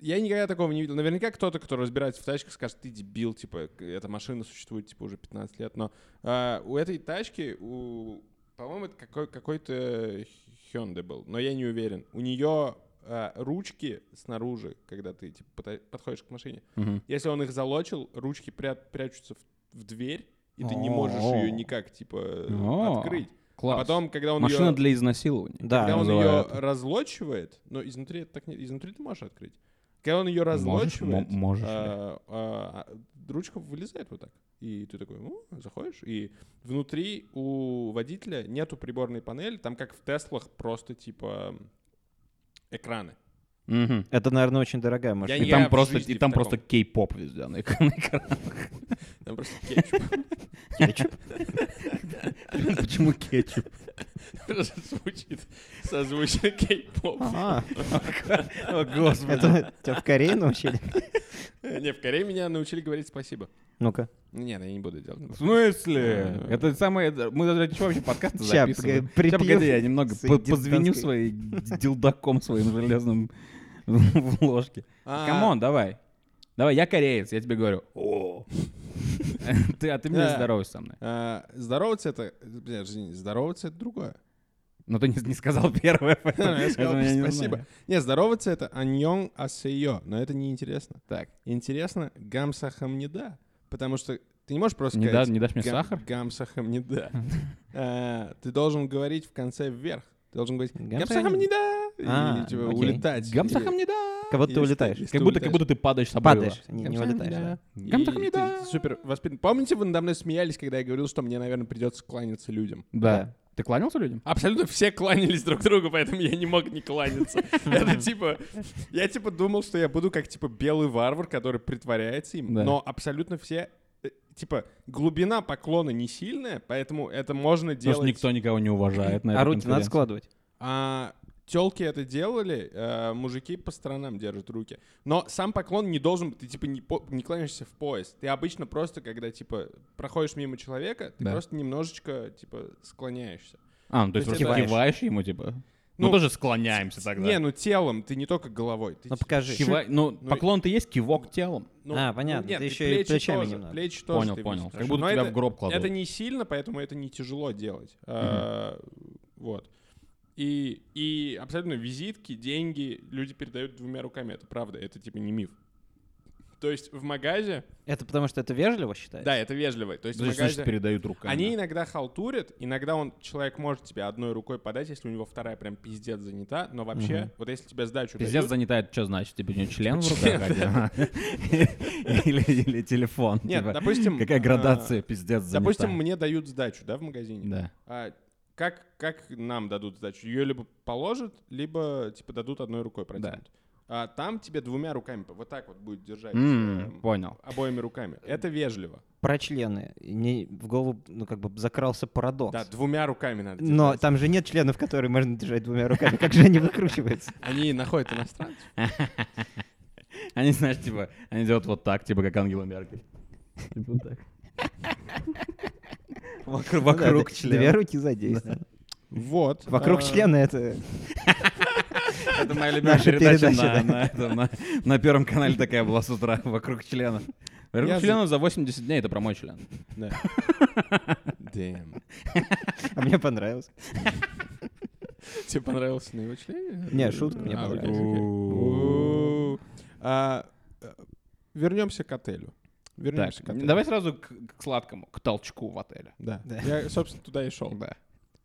я никогда такого не видел. Наверняка кто-то, кто разбирается в тачках, скажет, ты дебил, типа, к- эта машина существует, типа, уже 15 лет. Но а, у этой тачки, у, по-моему, это какой- какой-то Hyundai был, но я не уверен. У нее а, ручки снаружи, когда ты типа, пота- подходишь к машине.
Мгм.
Если он их залочил, ручки пря- прячутся в, в дверь, и ты не можешь
О.
ее никак, типа,
О,
открыть. А
Класс.
потом, когда он
Машина
её-
для изнасилования.
Да,
когда он ее
называют.
разлочивает, но изнутри это так не... Изнутри ты можешь открыть. Когда он ее
Можешь? М-
разлочивает,
можешь ли?
а, а, а, ручка вылезает вот так. И ты такой, «О, заходишь. И внутри у водителя нету приборной панели, там как в Теслах просто типа м, экраны.
Мгм.
Это, наверное, очень дорогая машина.
Я
И там
в
просто,
жизни
и
в
там
таком.
просто кей-поп везде на экране.
Там просто кетчуп.
Почему кетчуп?
Просто звучит созвучно кей-поп.
А,
О, господи.
это тебя в Корее научили?
Не, в Корее меня научили говорить спасибо.
Ну-ка.
Нет, я не буду делать.
В смысле? Это самое... Мы даже чего вообще подкаст
Ща,
записываем?
погоди, припью
Ща, погоди, я немного
с
по- позвеню
дилдаком.
своим дилдаком своим железным в ложке.
А,
Камон, давай. Давай, я кореец, я тебе говорю. Ты, а ты мне
Да.
здороваешься со мной.
а, Здороваться это... бля, извини, Здороваться это другое.
Но ты не, не сказал первое, поэтому
Ну, Я сказал
поэтому я не
спасибо.
знаю.
Не, здороваться это аньон асейо, но это неинтересно.
Так,
Интересно гамса хамнида, потому что ты не можешь просто
не, да-
сказать...
не дашь мне
«Гам-
сахар?
Гамса хамнида. А, Ты должен говорить в конце вверх. Ты должен говорить
Гамса
гамса хамнида
А,
и типа,
окей.
улетать.
Гамсахам
И-
не да.
Как будто ты
если-
улетаешь.
если
Как
ты
будто, как
улетаешь.
будо Ну, ты падаешь с собой.
Падаешь, не- не улетаешь,
И
Гамсахам не да.
ты Супер. воспит- Помните, вы надо мной смеялись, когда я говорил, что мне, наверное, придется кланяться людям?
Да. Ты кланялся людям?
Абсолютно все кланялись друг другу, поэтому я не мог не кланяться. Это типа... Я типа думал, что я буду как типа белый варвар, который притворяется им,
Да.
но абсолютно все... э, Типа глубина поклона не сильная, поэтому это можно
Потому что
делать.
никто никого не уважает на
А
этой
руки надо
конференции.
складывать.
А телки это делали, э, мужики по сторонам держат руки. Но сам поклон не должен, ты типа не, по- не кланяешься в пояс. Ты обычно просто, когда типа проходишь мимо человека, ты
Да.
просто немножечко типа склоняешься.
А, ну то
То
есть
есть
просто
киваешь.
киваешь ему, типа. Ну,
Ну,
тоже склоняемся тогда.
Не, ну телом, ты не только головой. Ты
Ну
типа
покажи.
Кива- Ну,
ну и-
поклон-то есть, кивок телом.
Ну,
А,
ну,
понятно,
нет,
ты
и
еще и
плечи
плечами
тоже,
немного.
Плечи тоже
Понял,
ты
понял.
вынесешь.
Как будто
Но
тебя
это-
в гроб кладут.
Это не сильно, поэтому это не тяжело делать. А, Вот. И, и абсолютно визитки, деньги люди передают двумя руками. Это правда, это типа не миф. То есть в магазе...
Это потому что это вежливо считается?
Да, это вежливо. То есть в
Значит, значит,
магазе...
передают руками.
Они иногда халтурят, иногда он, человек может тебе одной рукой подать, если у него вторая прям пиздец занята, но вообще, вот если тебе сдачу
Пиздец
дают-
занятает, что значит? Типа у него член в
Член,
руках а? Или или телефон.
Нет,
типа.
допустим...
Какая
а,
градация, пиздец занята.
Допустим, мне дают сдачу, да, в магазине?
Да.
А как, как нам дадут сдачу? Ее либо положат, либо типа дадут одной рукой протянут. А там тебе двумя руками п- вот так вот будет держать
М,
эм,
Понял.
обоими руками. Это вежливо.
Про члены. Мне в голову, ну, как бы закрался парадокс.
Да, двумя руками надо.
Но
держать.
там же нет членов, которые можно держать двумя руками. Как же они выкручиваются?
Они находят иностранцев.
Они, знаешь, типа, они делают вот так, типа, как Ангела Меркель. Типа вот так. Вокруг,
Ну да,
вокруг
да,
члена.
Две руки задействованы.
Вот.
Вокруг
а,
члена это...
Это моя любимая
Наша
передача, на,
передача, да.
на этом, на- на Первом канале такая была с утра, вокруг члена. Вокруг
Я за-
члена за 80 дней, это про мой член.
Да. Damn.
А мне понравилось.
Тебе понравился на его члене?
Не, шутка, мне
А, окей,
понравилась.
окей. У. А, э, Вернемся к отелю.
Так,
Вернемся к отелю.
давай сразу к, к сладкому, к толчку в отеле.
Да.
Да.
Я, собственно, туда и шел.
Да.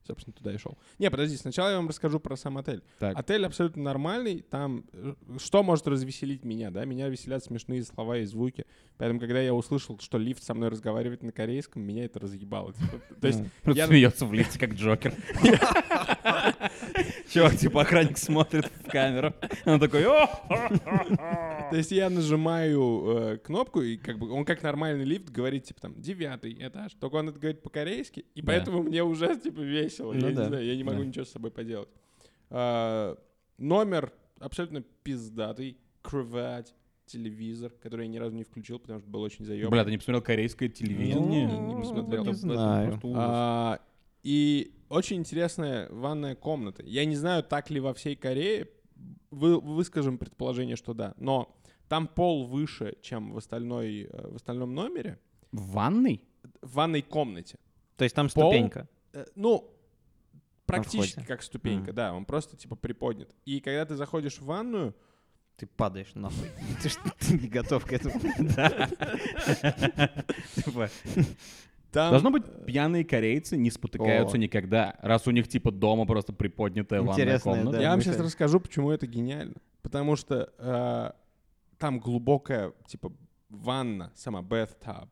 собственно, туда и шел. Не, подожди, сначала я вам расскажу про сам отель.
Так.
Отель абсолютно нормальный, там э, что может развеселить меня, да? Меня веселят смешные слова и звуки. Поэтому, когда я услышал, что лифт со мной разговаривает на корейском, меня это разъебало. Типа, То есть
Просто
я-
смеется в лифте, как Джокер. Чувак, типа охранник смотрит в камеру. Он такой, о,
То есть я нажимаю э, кнопку, и как бы он как нормальный лифт говорит, типа там, девятый этаж, только он это говорит по-корейски, и
Да.
поэтому мне уже, типа, весело.
Ну
я не
да,
знаю, я не могу
да.
ничего с собой поделать. А, номер абсолютно пиздатый, кровать, телевизор, который я ни разу не включил, потому что был очень заебан.
Бля, ты не посмотрел корейское телевидение?
Ну, не посмотрел.
Не
Это
знаю.
просто ужас.
А, и очень интересная ванная комната. Я не знаю, так ли во всей Корее. Вы, выскажем предположение, что да. Но там пол выше, чем в, остальной, э, в остальном номере.
В ванной?
В ванной комнате.
То есть там
Пол?
ступенька.
Э, Ну, практически
входе.
как ступенька, да. Он просто типа приподнят. И когда ты заходишь в ванную,
Ты падаешь нахуй. Ты ж- ты не готов к этому.
Типа,
там...
Должно быть, пьяные корейцы не
О.
спотыкаются никогда, раз у них типа дома просто приподнятая ванная
Интересная,
комната.
да.
Я вам
мысль.
сейчас расскажу, почему это гениально. Потому что э, там глубокая, типа, ванна сама, bathtub.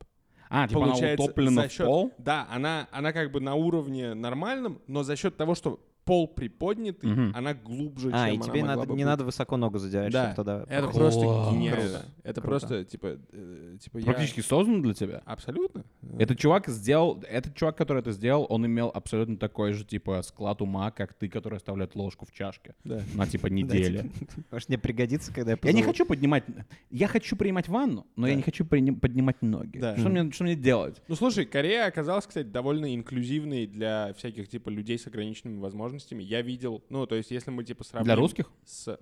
А, типа она
Получается,
утоплена
за
в
счет-
пол?
Да, она, она как бы на уровне нормальном, но за счет того, что пол приподнятый,
Мгм.
она глубже,
А,
чем
и
она
тебе
могла
надо,
бы
не
быть.
надо высоко ногу задирать,
Да.
чтобы туда...
Это
попасть.
просто
Класс.
гениально. Это
Круто.
просто, типа, э, типа я-
Практически создано для тебя?
Абсолютно.
Этот чувак сделал, этот чувак, который это сделал, он имел абсолютно такой же, типа, склад ума, как ты, который оставляет ложку в чашке
Да.
на, типа, неделю.
Может, мне пригодится, когда я
Я не
позову?
хочу поднимать... Я хочу принимать ванну, но я не хочу приним- поднимать ноги.
Да.
Что, мне, что мне делать?
Ну, слушай, Корея оказалась, кстати, довольно инклюзивной для всяких, типа, людей с ограниченными возможностями. Я видел, ну, то есть, если мы, типа, сравним...
Для русских?
с...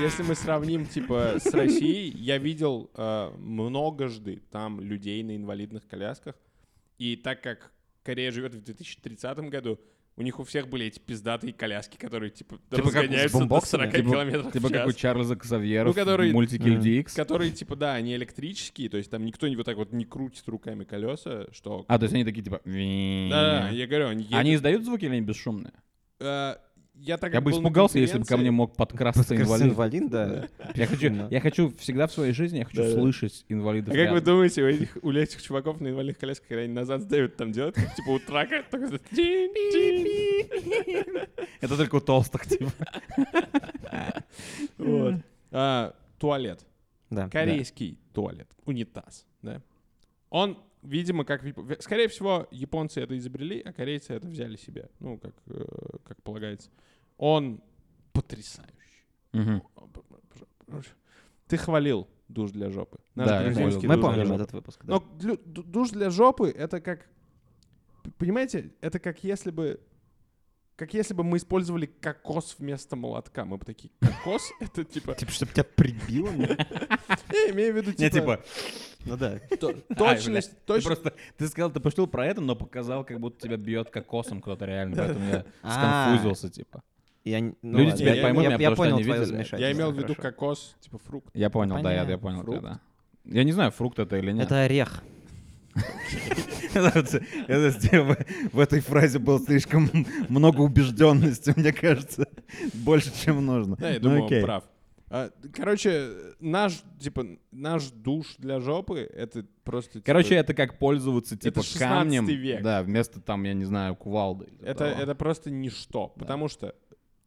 Если мы сравним, типа, с Россией, я видел э, многожды там людей на инвалидных колясках. И так как Корея живет в 2030 году, у них у всех были эти пиздатые коляски, которые, типа,
как с
разгоняются до
бомбоксами?
40 километров
Типа
в час.
как у Чарльза Ксавьера
Ну, который-
в мультике
Мгм.
LDX.
Которые, типа, да, они электрические, то есть там никто не вот так вот не крутит руками колеса, что...
А, то есть они такие, типа...
Да, я говорю, они едут.
Они издают звуки или они бесшумные?
Э, я так
Я
как
бы
был на
испугался, если бы ко
конференции-
мне мог подкрасться
Красный
инвалид.
инвалид, да.
Я хочу,
Да.
я хочу всегда в своей жизни, я хочу
Да-да.
слышать инвалидов.
А как вы
рядом.
думаете, у этих, у этих чуваков на инвалидных колясках, когда они назад сдают, там делают, как типа у трака, только за- тин, тин.
Это только у толстых, типа.
Вот. А, Туалет.
Да.
Корейский туалет. Унитаз. Да. Он, видимо, как... в Яп- Скорее всего, японцы это изобрели, а корейцы это взяли себе. Ну, как, э, как полагается. Он потрясающий.
Мгм.
Ты хвалил душ для жопы. Наш
Да, я
Да.
грузинский
Мы
душ для
помним
жопы.
этот выпуск. да.
Но длю- ду- душ для жопы это как. п- Понимаете, это как если бы. Как если бы мы использовали кокос вместо молотка. Мы бы такие, кокос — это типа...
Типа, чтобы тебя прибило? мне?
Я имею в виду, типа,
Не, типа,
Ну да.
то- точность,
ты
точность.
просто, ты сказал, ты пошутил про это, но показал, как будто тебя бьет кокосом кто-то реально, поэтому я
А.
сконфузился, типа.
Я не- ну
Люди
ладно.
тебя
Я-
поймут
я-
меня,
Я
потому что
понял
они
твое
видели.
замешательство.
Я имел в виду
хорошо.
кокос, типа фрукт.
Я понял, да, я, я
Понятно.
понял тебя,
Фрукт.
да. Я не знаю, фрукт это или нет.
Это орех.
Это сделано- В этой фразе было слишком много убежденности, мне кажется. Больше, чем нужно.
Да, я
Ну,
думаю,
окей.
он прав. А, Короче, наш, типа, наш душ для жопы — это просто... типа,
Короче, это как пользоваться, типа,
16
камнем.
век.
Да, вместо там, я не знаю, кувалды. или
Это,
того.
это просто ничто. Потому что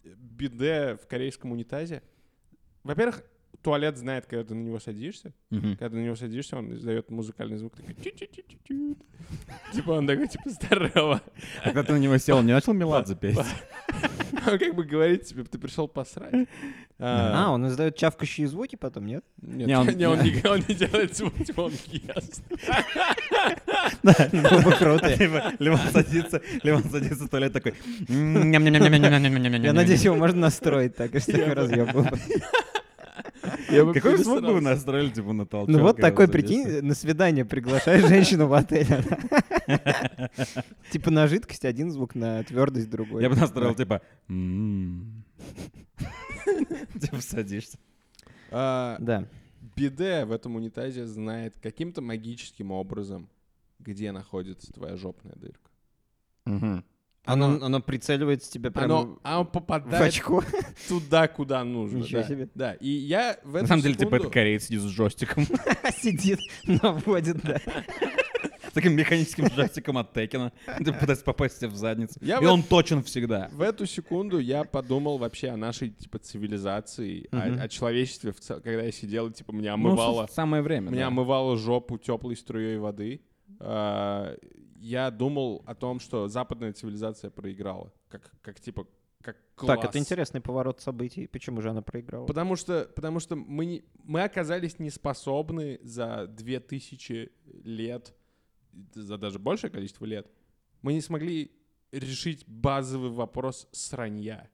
биде в корейском унитазе... Во-первых, туалет знает, когда ты на него садишься.
Мгм.
Когда ты на него садишься, он издает музыкальный звук. такой «тю-тю-тю-тю-тю». Типа он такой, типа, здорово.
Когда ты на него сел, не начал Меладзе петь?
Он как бы говорит тебе, ты пришел посрать.
А,
А,
он издает чавкающие звуки потом, нет?
Нет,
Не,
он
он-
не он не- он не делает звук, типа он ест.
Было бы круто.
Типа, Леван садится, Леван садится в туалет такой. «Ням-ням-ням-ням-ням-ням-ням-ням-ням-ням».
Я надеюсь, его можно настроить так, и всех разъебал.
Я бы
Какой звук
перестарался.
бы вы настроили, типа, на толчок?
Ну вот
когда
такой,
садишься?
прикинь, на свидание приглашаешь женщину в отель. она- Типа на жидкость один звук, на твердость другой.
Я бы настроил, типа... «М-м».
«М-м-м».
Типа садишься.
А,
Да.
Биде в этом унитазе знает каким-то магическим образом, где находится твоя жопная дырка.
Оно, оно прицеливается тебе прямо
Оно, оно
в
попадает
очко.
туда, куда нужно.
Ничего
да.
себе.
Да, и я в
На
эту
самом деле, типа, это
секунду-
кореец сидит с джойстиком.
Сидит, наводит, да.
Таким механическим джойстиком от Текина. Ты пытаешься попасть себе в задницу.
Я
И
вот-
он точен всегда.
В эту секунду я подумал вообще о нашей, типа, цивилизации, о-
Мгм.
о, человечестве, в цел- когда я сидел, и, типа, меня
Ну,
омывало,
с- Самое время.
меня
да.
омывало жопу теплой струей воды. А, Я думал о том, что западная цивилизация проиграла, как, как типа, как класс.
Так, это интересный поворот событий. Почему же она проиграла?
Потому что, потому что мы, не- мы оказались неспособны за 2000 лет, за даже большее количество лет, мы не смогли решить базовый вопрос сранья.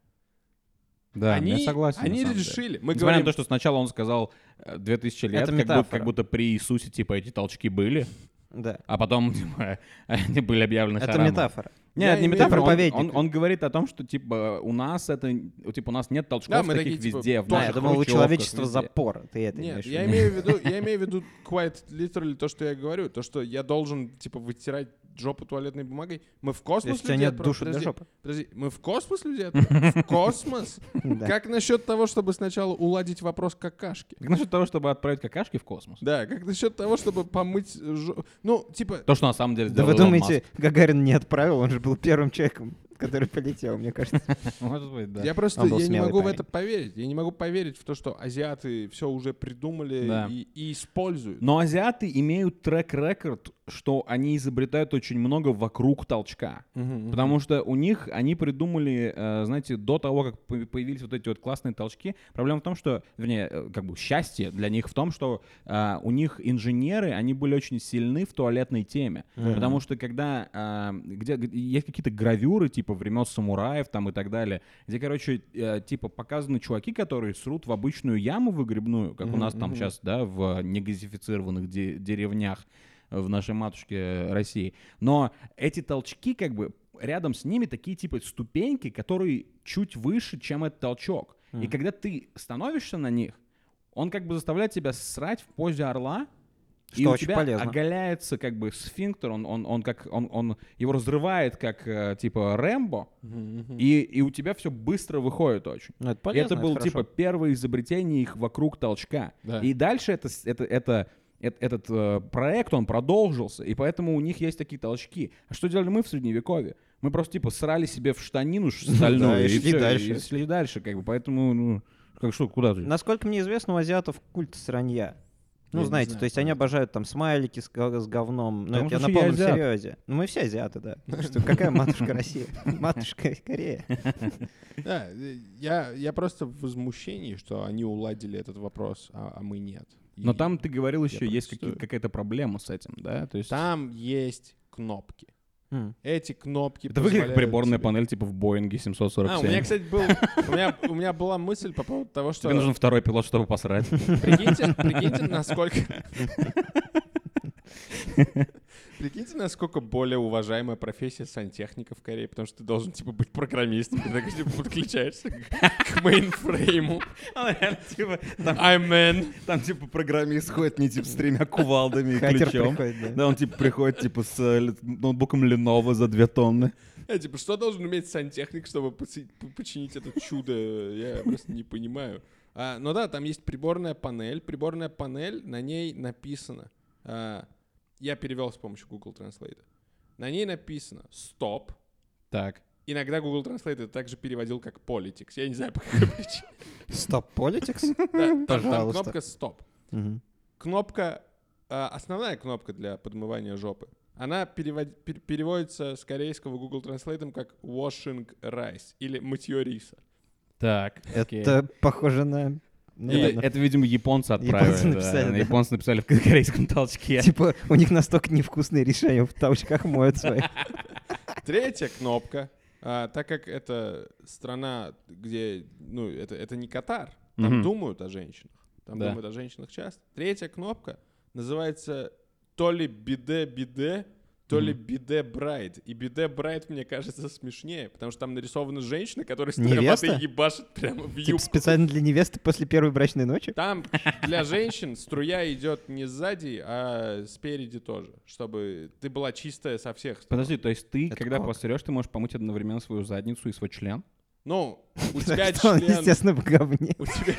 Да,
они,
я согласен.
Они
на самом деле.
решили. Мы
Несмотря
говорим,
на то, что сначала он сказал э, 2000 лет,
Это
как, будто,
метафора.
как будто при Иисусе, типа, эти толчки были,
Да.
а потом, типа, они были объявлены
Это
харамом.
метафора.
Я
Нет, не
имею в
метафора,
виду-
он,
Проповедник.
он- он говорит о том, что, типа, у нас это, типа, у нас нет толчков
Да, мы
таких
такие, типа,
везде. в
тоже
Да, я
наших
думал, у
ручевках,
человечества
везде.
запор. Ты это
нет,
имеешь в
я
виду?
имею в виду, я имею в виду quite literally то, что я говорю, то, что я должен типа вытирать жопу туалетной бумагой. Мы в космос
Если у тебя
людей
нет
отправ-
души для
Подожди,
жопы.
подожди, мы в космос людей отправ- В космос?
Да.
Как насчет того, чтобы сначала уладить вопрос какашки?
Как насчет того, чтобы отправить какашки в космос?
Да, как насчет того, чтобы помыть жопу? Ну, типа,
То, что на самом деле
Да
сделал
вы
Илон
думаете, Гагарин не отправил? Он же был первым человеком, который полетел, мне кажется.
Маск. Может быть, да.
я просто
Он был
я не
смелый
могу в
парень.
это поверить. Я не могу поверить в то, что азиаты все уже придумали
Да.
и, и используют.
Но азиаты имеют трек-рекорд, что они изобретают очень много вокруг толчка. Потому что у них они придумали, э, знаете, до того, как по- появились вот эти вот классные толчки, проблема в том, что, вернее, э, как бы счастье для них в том, что э, у них инженеры, они были очень сильны в туалетной теме. Потому что когда э, где, г- есть какие-то гравюры, типа времен самураев там и так далее, где, короче, э, типа показаны чуваки, которые срут в обычную яму выгребную, как у нас там сейчас, да, в негазифицированных де- деревнях в нашей матушке России. Но эти толчки, как бы, рядом с ними такие, типа, ступеньки, которые чуть выше, чем этот толчок. И когда ты становишься на них, он как бы заставляет тебя срать в позе орла, и
Что
у
очень
тебя
полезно.
оголяется как бы сфинктер, он, он, он как он, он его разрывает как э, типа Рэмбо, и, и у тебя все быстро выходит очень.
Ну, это
И это было типа первое изобретение их вокруг толчка.
Да.
И дальше это, с- это, это, эт- этот э, проект, он продолжился, и поэтому у них есть такие толчки. А что делали мы в средневековье? Мы просто типа срали себе в штанину ш- стальную
Да, и шли
всё,
дальше.
и шли дальше, как бы. Поэтому, ну, как что, куда ты?
Насколько мне известно, у азиатов культ сранья. Ну,
Я не
знаете,
знаю,
то есть они обожают там смайлики с, го- с говном. Но
Потому
это я
что
на
я
полном
азиат.
серьезе. Ну, мы все азиаты, да. Так Что, какая матушка Россия? Матушка Корея.
Да, э, я, я просто в возмущении, что они уладили этот вопрос, а, а мы нет.
Но
И
там ты говорил еще, есть
протестую.
какие- какая-то проблема с этим, да? То есть
там есть кнопки.
М.
Эти кнопки
это выглядит как
позволяют
приборная
тебе-
панель типа в Боинге 747.
А, у меня, кстати, был, у меня, у меня была мысль по поводу того, что...
Тебе нужен второй пилот, чтобы посрать.
Прикиньте, прикиньте, насколько... Прикиньте, насколько более уважаемая профессия сантехника в Корее, потому что ты должен, типа, быть программистом, ты так, типа, подключаешься к- к мейнфрейму. I'm man.
Типа, Там типа программист ходит не типа с тремя кувалдами и
Хакер приходит, да.
он типа приходит типа с ноутбуком Lenovo за две тонны.
Э, типа, что должен уметь сантехник, чтобы поци- п- починить это чудо? Я просто не понимаю. А, ну да, там есть приборная панель. Приборная панель, на ней написано... а, я перевел с помощью Google Translate. На ней написано «Стоп».
Так.
Иногда Google Translate это также переводил как politics. Я не знаю, по какой причине.
Стоп, политикс?
Да, там- Там
Пожалуйста.
кнопка «Стоп».
Мгм.
Кнопка, э, основная кнопка для подмывания жопы, она перевод- пер- переводится с корейского Google Translate как washing rice или мытье риса.
Так. окей.
Это похоже на... ну,
Это,
ладно.
это, видимо, японцы отправили.
Японцы написали,
да.
да.
Японцы написали в корейском толчке.
Типа, у них настолько невкусные решения в толчках моют свои.
Третья кнопка, а, так как это страна, где, ну, это, это не Катар, там
Мгм.
думают о женщинах, там
Да.
думают о женщинах часто. Третья кнопка называется то ли биде-биде, то ли Биде Брайт. И Биде Брайт, мне кажется, смешнее, потому что там нарисована женщина, которая с
Невеста?
и ебашит прямо в
Типа
юбку.
специально для невесты после первой брачной ночи?
Там для женщин струя идет не сзади, а спереди тоже, чтобы ты была чистая со всех сторон.
Подожди, то есть ты,
Это
когда
как?
посрешь, ты можешь помыть одновременно свою задницу и свой член?
Ну, у тебя
Что он,
член...
естественно, в говне.
У тебя...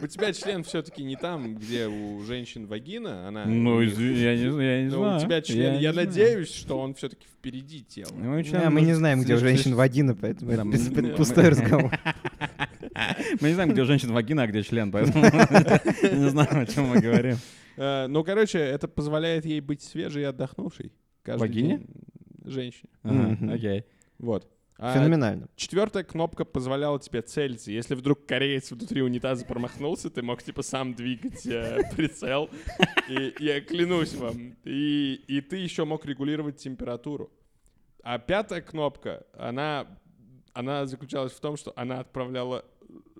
У тебя член все-таки не там, где у женщин вагина, она... у них-
Ну, я не, я не Ну.
Ну, у тебя член, я, надеюсь, что он все-таки впереди тела.
Да, мы не знаем, где у женщин вагина, поэтому это
Да,
бес-
мы-
пустой разговор.
Мы не знаем, где у женщин вагина, а где член, поэтому не знаю, о чем мы говорим.
Э, ну, короче, это позволяет ей быть свежей и отдохнувшей. каждый
Вагине?
день. Женщине.
Ага,
Мгм.
Окей.
Вот. А
Феноменально.
четвертая кнопка позволяла тебе целиться. Если вдруг кореец внутри унитаза промахнулся, ты мог типа сам двигать э, прицел. И я клянусь вам. И, и ты еще мог регулировать температуру. А пятая кнопка, она, она заключалась в том, что она отправляла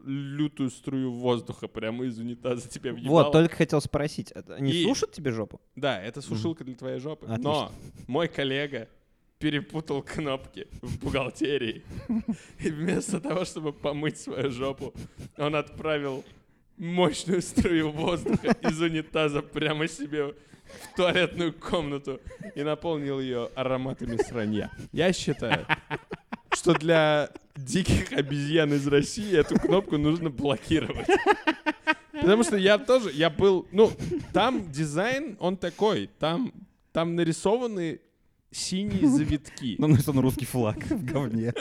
лютую струю воздуха прямо из унитаза тебе въебала.
Вот, только хотел спросить, это они
И-
сушат тебе жопу?
Да, это сушилка для твоей жопы.
Отлично.
Но мой коллега перепутал кнопки в бухгалтерии. И вместо того, чтобы помыть свою жопу, он отправил мощную струю воздуха из унитаза прямо себе в туалетную комнату и наполнил ее ароматами сранья. Я считаю, что для диких обезьян из России эту кнопку нужно блокировать. Потому что я тоже, я был, ну, там дизайн, он такой, там, там нарисованы синие завитки.
Ну, нарисован русский флаг в говне.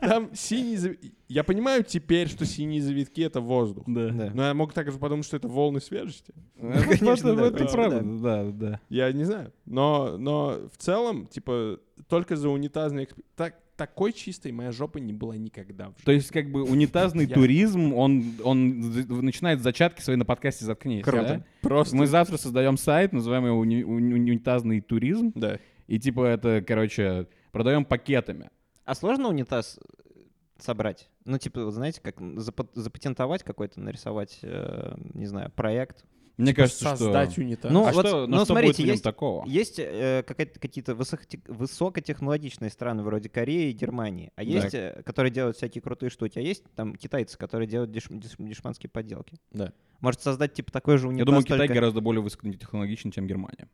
Там синие завитки. Я понимаю теперь, что синие завитки — это воздух.
Да.
Да.
Но я мог также подумать, что это волны свежести.
Э, ну,
Конечно, да,
Возможно, это
да.
правда. Да, да.
Я не знаю. Но, но в целом, типа, только за унитазный... эксп- Так, такой чистой моя жопа не была никогда в жизни.
То есть, как бы унитазный
Я-
туризм, он, он з- начинает с зачатки свои на подкасте «Заткнись».
Круто.
да?
Просто...
Мы завтра создаем сайт, называем его уни- уни- «Унитазный туризм»,
Да.
и типа это, короче, продаем пакетами.
А сложно унитаз э, собрать? Ну, типа, вот знаете, как м, запа- запатентовать какой-то, нарисовать, э, не знаю, проект.
Мне кажется, что...
Создать унитаз.
Ну,
Типа а
вот,
что,
ну,
ну, что будет в
смотрите,
нем
есть-
такого?
Есть э, какая-то- какие-то высохоте- высокотехнологичные страны вроде Кореи и Германии, а есть, э, которые делают всякие крутые штуки, а есть там китайцы, которые делают деш- деш- дешманские подделки.
Да.
Может создать типа такой же унитаз,
Я думаю, Китай
только-
гораздо более высокотехнологичен, чем Германия.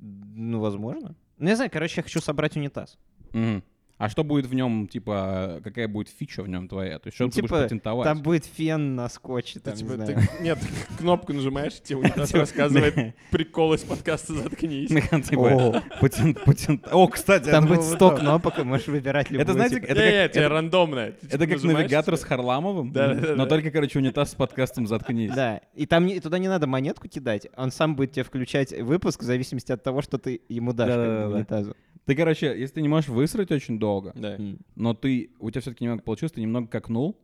Ну, возможно. Ну, я знаю, короче, я хочу собрать унитаз.
Мгм. А что будет в нем, типа, какая будет фича в нем твоя? То есть что
Ну,
ты будешь
типа,
патентовать?
Там будет фен на скотче,
Ты,
там,
типа,
не
ты-
знаю.
нет, кнопку нажимаешь, и тебе унитаз рассказывает прикол из подкаста «Заткнись».
Механ, типа, патент- патент- О, кстати,
Там
это
будет
было бы
сто
топ.
кнопок, и можешь выбирать любую.
Это, знаете,
типа.
это
Не, не,
как-
Э, тебе
это-
рандомное. Ты,
это
типа,
как
нажимаешь,
навигатор с
типа,
Харламовым,
Да, да,
но
да.
только, короче, унитаз с подкастом «Заткнись».
Да, и там не, туда не надо монетку кидать, он сам будет тебе включать выпуск в зависимости от того, что ты ему дашь как бы,
Да-да-да-да.
унитазу.
Ты, короче, если ты не можешь высрать очень долго,
Да.
но ты, у тебя все-таки немного получилось, ты немного какнул,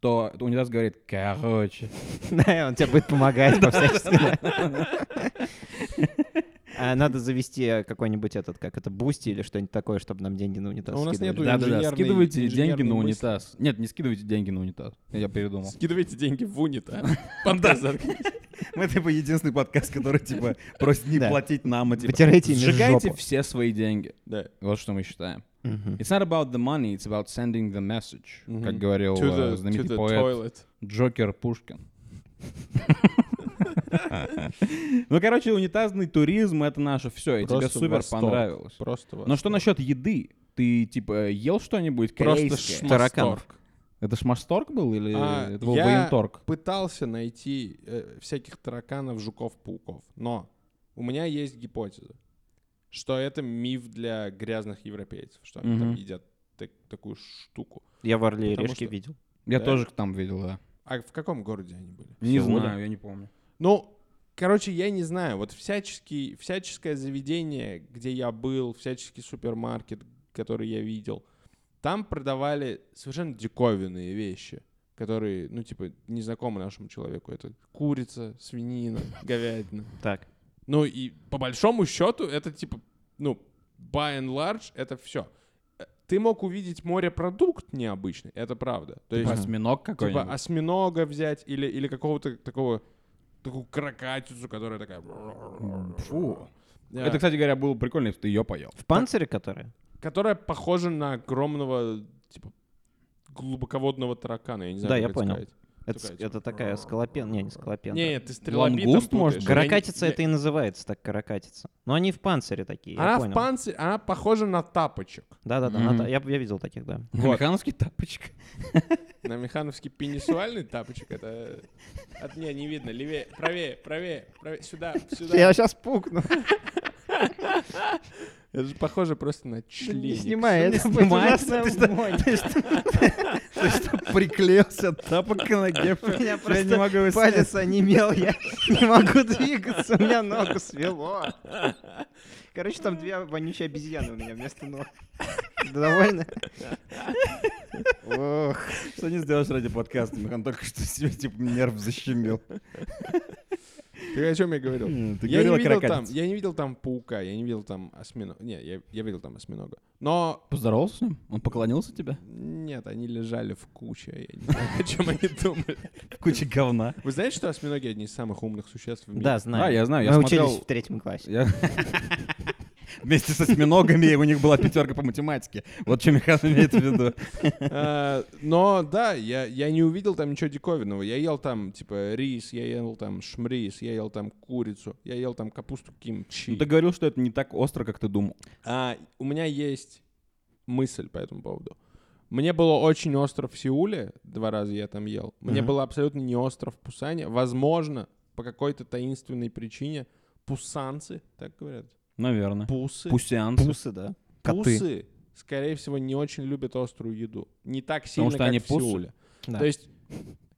то унитаз говорит, короче.
Да, он тебе будет помогать по-всячески. А Надо завести какой-нибудь этот, как это, бусти или что-нибудь такое, чтобы нам деньги на унитаз
А у нас
скидывали.
нету
Да-да-да,
инженерный-
скидывайте деньги
инженерный
на
мысль.
унитаз. Нет, не скидывайте деньги на унитаз. Я передумал.
Скидывайте деньги в унитаз. Подкаст «Заткнись».
Мы, типа, единственный подкаст, который, типа, просит не
Да.
платить нам, а, типа,
Вытирайте ими
сжигайте
жопу.
все свои деньги.
Да.
Вот что мы считаем.
Мгм.
It's not about the money, it's about sending the message,
Мгм.
как говорил
To the-
э,
to the
знаменитый поэт
toilet.
Джокер Пушкин. Ну, короче, унитазный туризм — это наше все, и тебе
Просто
супер
восторг.
понравилось.
Просто
Но что насчет еды? Ты, типа, ел что-нибудь
Просто
корейское?
шмасторг.
тараканов.
Это шмашторг был или
А,
это был
я-
военторг?
Пытался найти э, всяких тараканов, жуков, пауков. Но у меня есть гипотеза, что это миф для грязных европейцев, что они там
Мгм.
едят так- такую штуку.
Я в Орле и
Потому
Решке
что-
видел.
Я
Да.
тоже там видел, да.
А в каком городе они были?
Не
Сеула?
знаю, я не помню.
Ну, короче, я не знаю. Вот всяческий, всяческое заведение, где я был, всяческий супермаркет, который я видел, там продавали совершенно диковинные вещи, которые, ну, типа, незнакомы нашему человеку. Это курица, свинина, говядина.
Так.
Ну, и по большому счету это, типа, ну, by and large, это все. Ты мог увидеть морепродукт необычный, это правда. То есть,
Типа осьминог
Типа
какой-нибудь.
осьминога взять или, или какого-то такого, такую крокатицу, которая такая...
Фу.
Да.
Это, кстати говоря, было прикольно, если бы ты ее поел.
В панцире, которая?
Которая похожа на огромного, типа, глубоководного таракана, я не знаю,
Да,
как
я
это
понял.
сказать.
Это,
Такая,
с-
типа,
это такая скалопен... Не, не скалопен.
Не, нет, ты стрелобитом
Лангуст,
путаешь.
может
Я
быть?
не-
Каракатица
я-
это и называется так, каракатица. Но они в панцире такие, я
Она в
понял.
панцире, она похожа на тапочек.
Да-да-да,
Мгм.
на та- я, я видел таких, да.
Механовский тапочка.
На механовский пенисуальный тапочек. Это от меня не видно. Левее, правее, правее, правее, сюда, сюда.
сейчас пукну.
Это же похоже просто на член.
это
будет ужасно
Приклеился тапок на
меня
Я не
просто
могу
палец онемел, я не могу двигаться, у меня ногу свело. Короче, там две вонючие обезьяны у меня вместо ног. Довольно? Ох.
Что не сделаешь ради подкаста? Михан только что себе типа нерв защемил.
Ты о чем я говорил?
Ты
Я не
говорил о
видел там,
каракатице.
я не видел там паука, я не видел там осьминога. Не, я, я видел там осьминога. Но
Поздоровался с ним? Он поклонился тебе?
нет, они лежали в куче. Я не знаю, о чем они думали.
Куча говна.
Вы знаете, что осьминоги одни из самых умных существ в мире?
Да, знаю.
А, я знаю, я
Мы
смотрел-
учились в третьем классе.
Я- Вместе с осьминогами у них была пятерка по математике. Вот что Михан имеет в виду.
Э, Но да, я, я не увидел там ничего диковинного. Я ел там, типа, рис, я ел там шмрис, я ел там курицу, я ел там капусту кимчи.
Ну, Ты говорил, что это не так остро, как ты думал.
А, у меня есть мысль по этому поводу. Мне было очень остро в Сеуле, два раза я там ел. Мне
Мгм.
было абсолютно не остро в Пусане. Возможно, по какой-то таинственной причине пусанцы, так говорят,
Наверное.
пусы,
Пусянцы.
Пусы, да. коты.
пусы, скорее всего, не очень любят острую еду. Не так сильно,
что
как
они
в
пусы?
Сеуле.
Да.
То есть,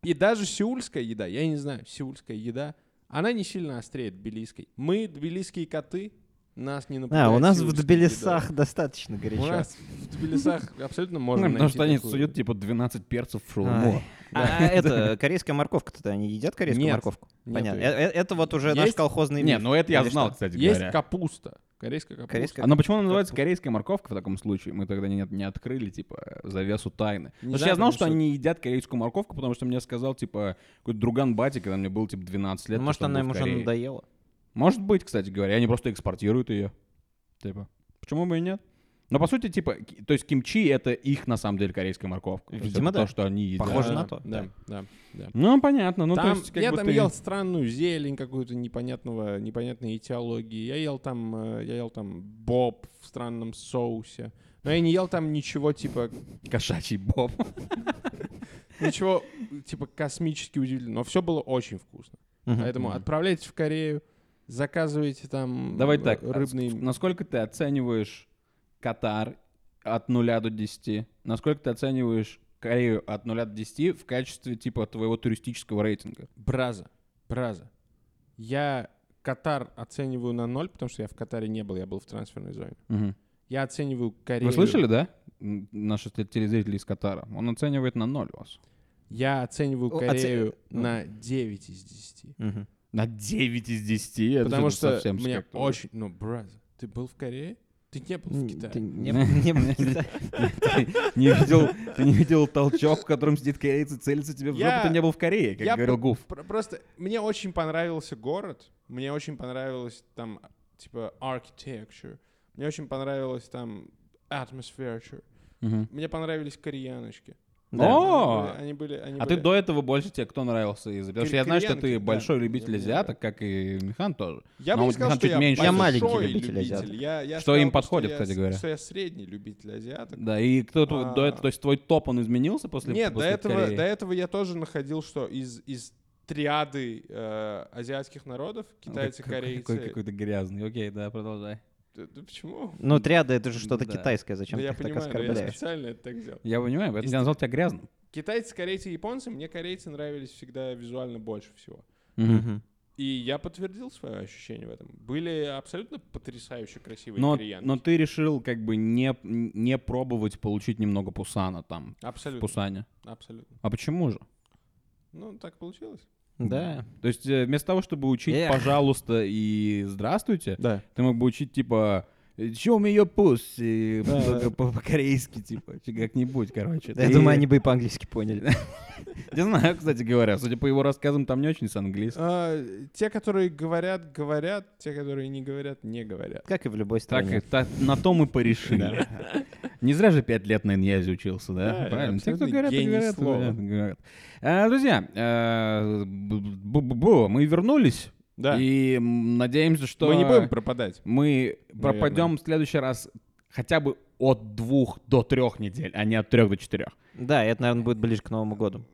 и даже сеульская еда, я не знаю, сеульская еда, она не сильно острее тбилисской. Мы, тбилисские коты, нас не напугают
А, у нас в
сеульской
Тбилисах достаточно
едой. У
горячо.
нас в Тбилисах абсолютно
Ну,
можно
Потому что
найти
они
такую.
суют типа 12 перцев в шаурму.
Ай. А это корейская морковка-то они едят корейскую
Нет.
морковку?
Нету
Понятно. Э-
её.
э- Это вот уже наш
Есть?
колхозный
Не,
миф,
ну это я
или
знал,
что?
кстати
Есть
говоря.
капуста. Корейская капуста.
Корейская
А ну почему она называется корейская морковка в таком случае? Мы тогда не, не открыли, типа, завесу тайны.
Не
Потому что
знаю,
я знал,
потому
что
что-
они не едят корейскую морковку, потому что мне сказал, типа, какой-то друган Бати, когда мне было, типа, 12 лет.
Ну, Может,
потому
она
что он
ему
был в
уже
Корее.
надоела.
Может быть, кстати говоря, они просто экспортируют ее. Типа, почему бы и нет? Но, по сути, типа, ки- то есть кимчи — это их, на самом деле, корейская морковка. То есть
Видимо,
это
да.
то, что они едят.
Похоже
Да,
на то,
Да, да. да.
Ну, понятно. Ну, то
Там-
есть, как
я
бы
там
ты-
ел странную зелень какую-то непонятного, непонятной этиологии. Я ел там, э, я ел там боб в странном соусе. Но я не ел там ничего типа
Кошачий боб.
Ничего, типа, космически удивительного. Но все было очень вкусно. Поэтому отправляйтесь в Корею, заказывайте там
Давай
э,
так, а
рыбные...
ск- насколько ты оцениваешь Катар от 0 до 10? Насколько ты оцениваешь Корею от 0 до 10 в качестве, типа, твоего туристического рейтинга?
Браза, браза. Я Катар оцениваю на ноль, потому что я в Катаре не был, я был в трансферной зоне. Я оцениваю Корею...
Вы слышали, да? М, Наши те- телезрители из Катара. Он оценивает на 0 вас.
Я оцениваю
О, оце-
Корею
ну.
на 9 из 10.
Мгм.
На 9 из 10. это
потому
же
что
совсем
мне
как-то уже.
очень... Ну, браза, ты был в Корее? Ты не был в Китае?
Ты не- не был в Китае.
Ты не видел, ты не видел толчок, в котором сидит корейцы, целится тебе в жопу.
Я-
Ты не был в Корее, как
я
говорил
по-
Гуф.
Про- Просто мне очень понравился город, мне очень понравилось там, типа, architecture, мне очень понравилось там atmosphere, мне понравились кореяночки.
Да.
О!
Они были, они
А
были-
ты до этого больше тебе кто нравился из Потому что я знаю, что
Кореянки,
ты
да.
большой любитель
Мне
азиаток, как и Михан тоже.
Я бы не
но вот
сказал,
Михан
что
чуть
я
меньше
большой
Я маленький
любитель,
любитель
азиаток.
азиаток.
Я, я
Что
сказал
им
бы,
подходит,
я
кстати
с-
говоря.
Что я средний любитель азиаток.
Да, и кто то до
А.
этого, то есть твой топ, он изменился после
Нет, до
после
этого,
Кореи?
до этого я тоже находил, что из, из триады э, азиатских народов,
Ну,
китайцы,
как-
корейцы...
Какой, какой-то грязный. Окей, да, продолжай.
Да- да почему?
Ну, триада это же что-то
Да.
китайское, зачем
Да Ну,
ты
я
их
понимаю, но
так
я
оскорбляешь?
специально это так сделал.
Я понимаю, поэтому я назвал тебя грязным.
Китайцы, корейцы, японцы, мне корейцы нравились всегда визуально больше всего.
Мгм.
И я подтвердил свое ощущение в этом. Были абсолютно потрясающе красивые
Но,
кореянки.
но ты решил как бы не, не пробовать получить немного Пусана там, в
Абсолютно,
Пусане.
абсолютно.
А почему же?
Ну, так получилось.
Да.
То есть э, вместо того, чтобы учить
Эх.
«пожалуйста» и «здравствуйте»,
Да.
ты мог бы учить типа
Show me your
э,
pussy», только по- по-корейски, типа, чи как-нибудь, короче.
Я
И-
думаю, они бы и по-английски поняли.
Не знаю, кстати говоря. Судя по его рассказам, там не очень с английским.
А, Те, которые говорят, говорят, те, которые не говорят, не говорят.
Как и в любой
Так,
стране.
та- на то мы порешили. Не зря же пять лет на Иньязе учился,
Да,
да?
я
Правильно. Те, Э, кто
абсолютный
говорят, и
гений
говорят, и
слова.
говорят, и говорят. А, Друзья, э, б- б- б- мы вернулись.
Да.
И м, надеемся, что...
Мы не будем пропадать.
Мы пропадем в следующий раз хотя бы от двух до трех недель, а не от трех до четырех.
Да, это, наверное, будет ближе к Новому году.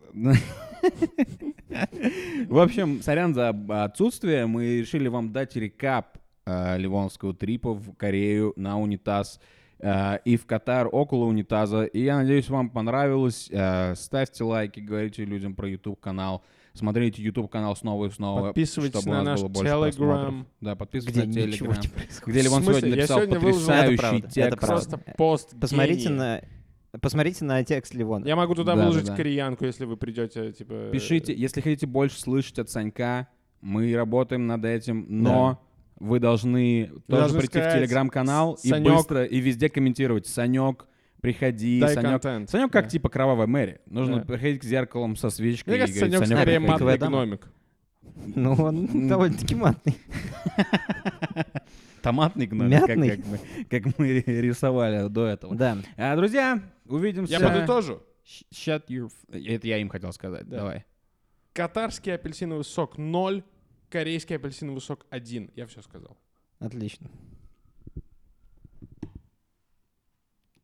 В общем, сорян за отсутствие. Мы решили вам дать рекап э, ливонского трипа в Корею на унитаз э, и в Катар около унитаза. И я надеюсь, вам понравилось. Э, Ставьте лайки, говорите людям про YouTube-канал. Смотрите YouTube-канал снова и снова.
Подписывайтесь
чтобы у
на наш
нас было больше
Telegram.
просмотров. Да, подписывайтесь
Где
на
ничего не
Telegram.
происходит.
Где Ливон
В смысле?
сегодня
Я
написал
сегодня выложил-
потрясающий
Это правда, это
текст.
правда.
Просто пост
Посмотрите
гений.
на... Посмотрите на текст Ливона.
Я могу туда
Да, да,
выложить
да.
кореянку, если вы придете, типа...
Пишите, если хотите больше слышать от Санька, мы работаем над этим, но вы должны тоже
должны
прийти в
сказать,
телеграм-канал и
«Санёк».
быстро и везде комментировать. Санек, приходи,
Дай
Санек.
контент.
Санек как
Да.
типа кровавая Мэри. Нужно
Да.
приходить к зеркалам со свечкой.
Мне
и
кажется,
говорить,
Санек
«Санёк,
скорее
приходи».
матный
Тыквая дама.
гномик.
Ну, он довольно-таки матный.
Томатный гномик, как,
Мятный.
как мы, как мы рисовали до этого.
Да.
А, друзья, увидимся.
Я подытожу.
Щ- shut your f- Это я им хотел сказать.
Да.
Давай.
Катарский апельсиновый сок 0, корейский апельсиновый сок 1. Я все сказал.
Отлично.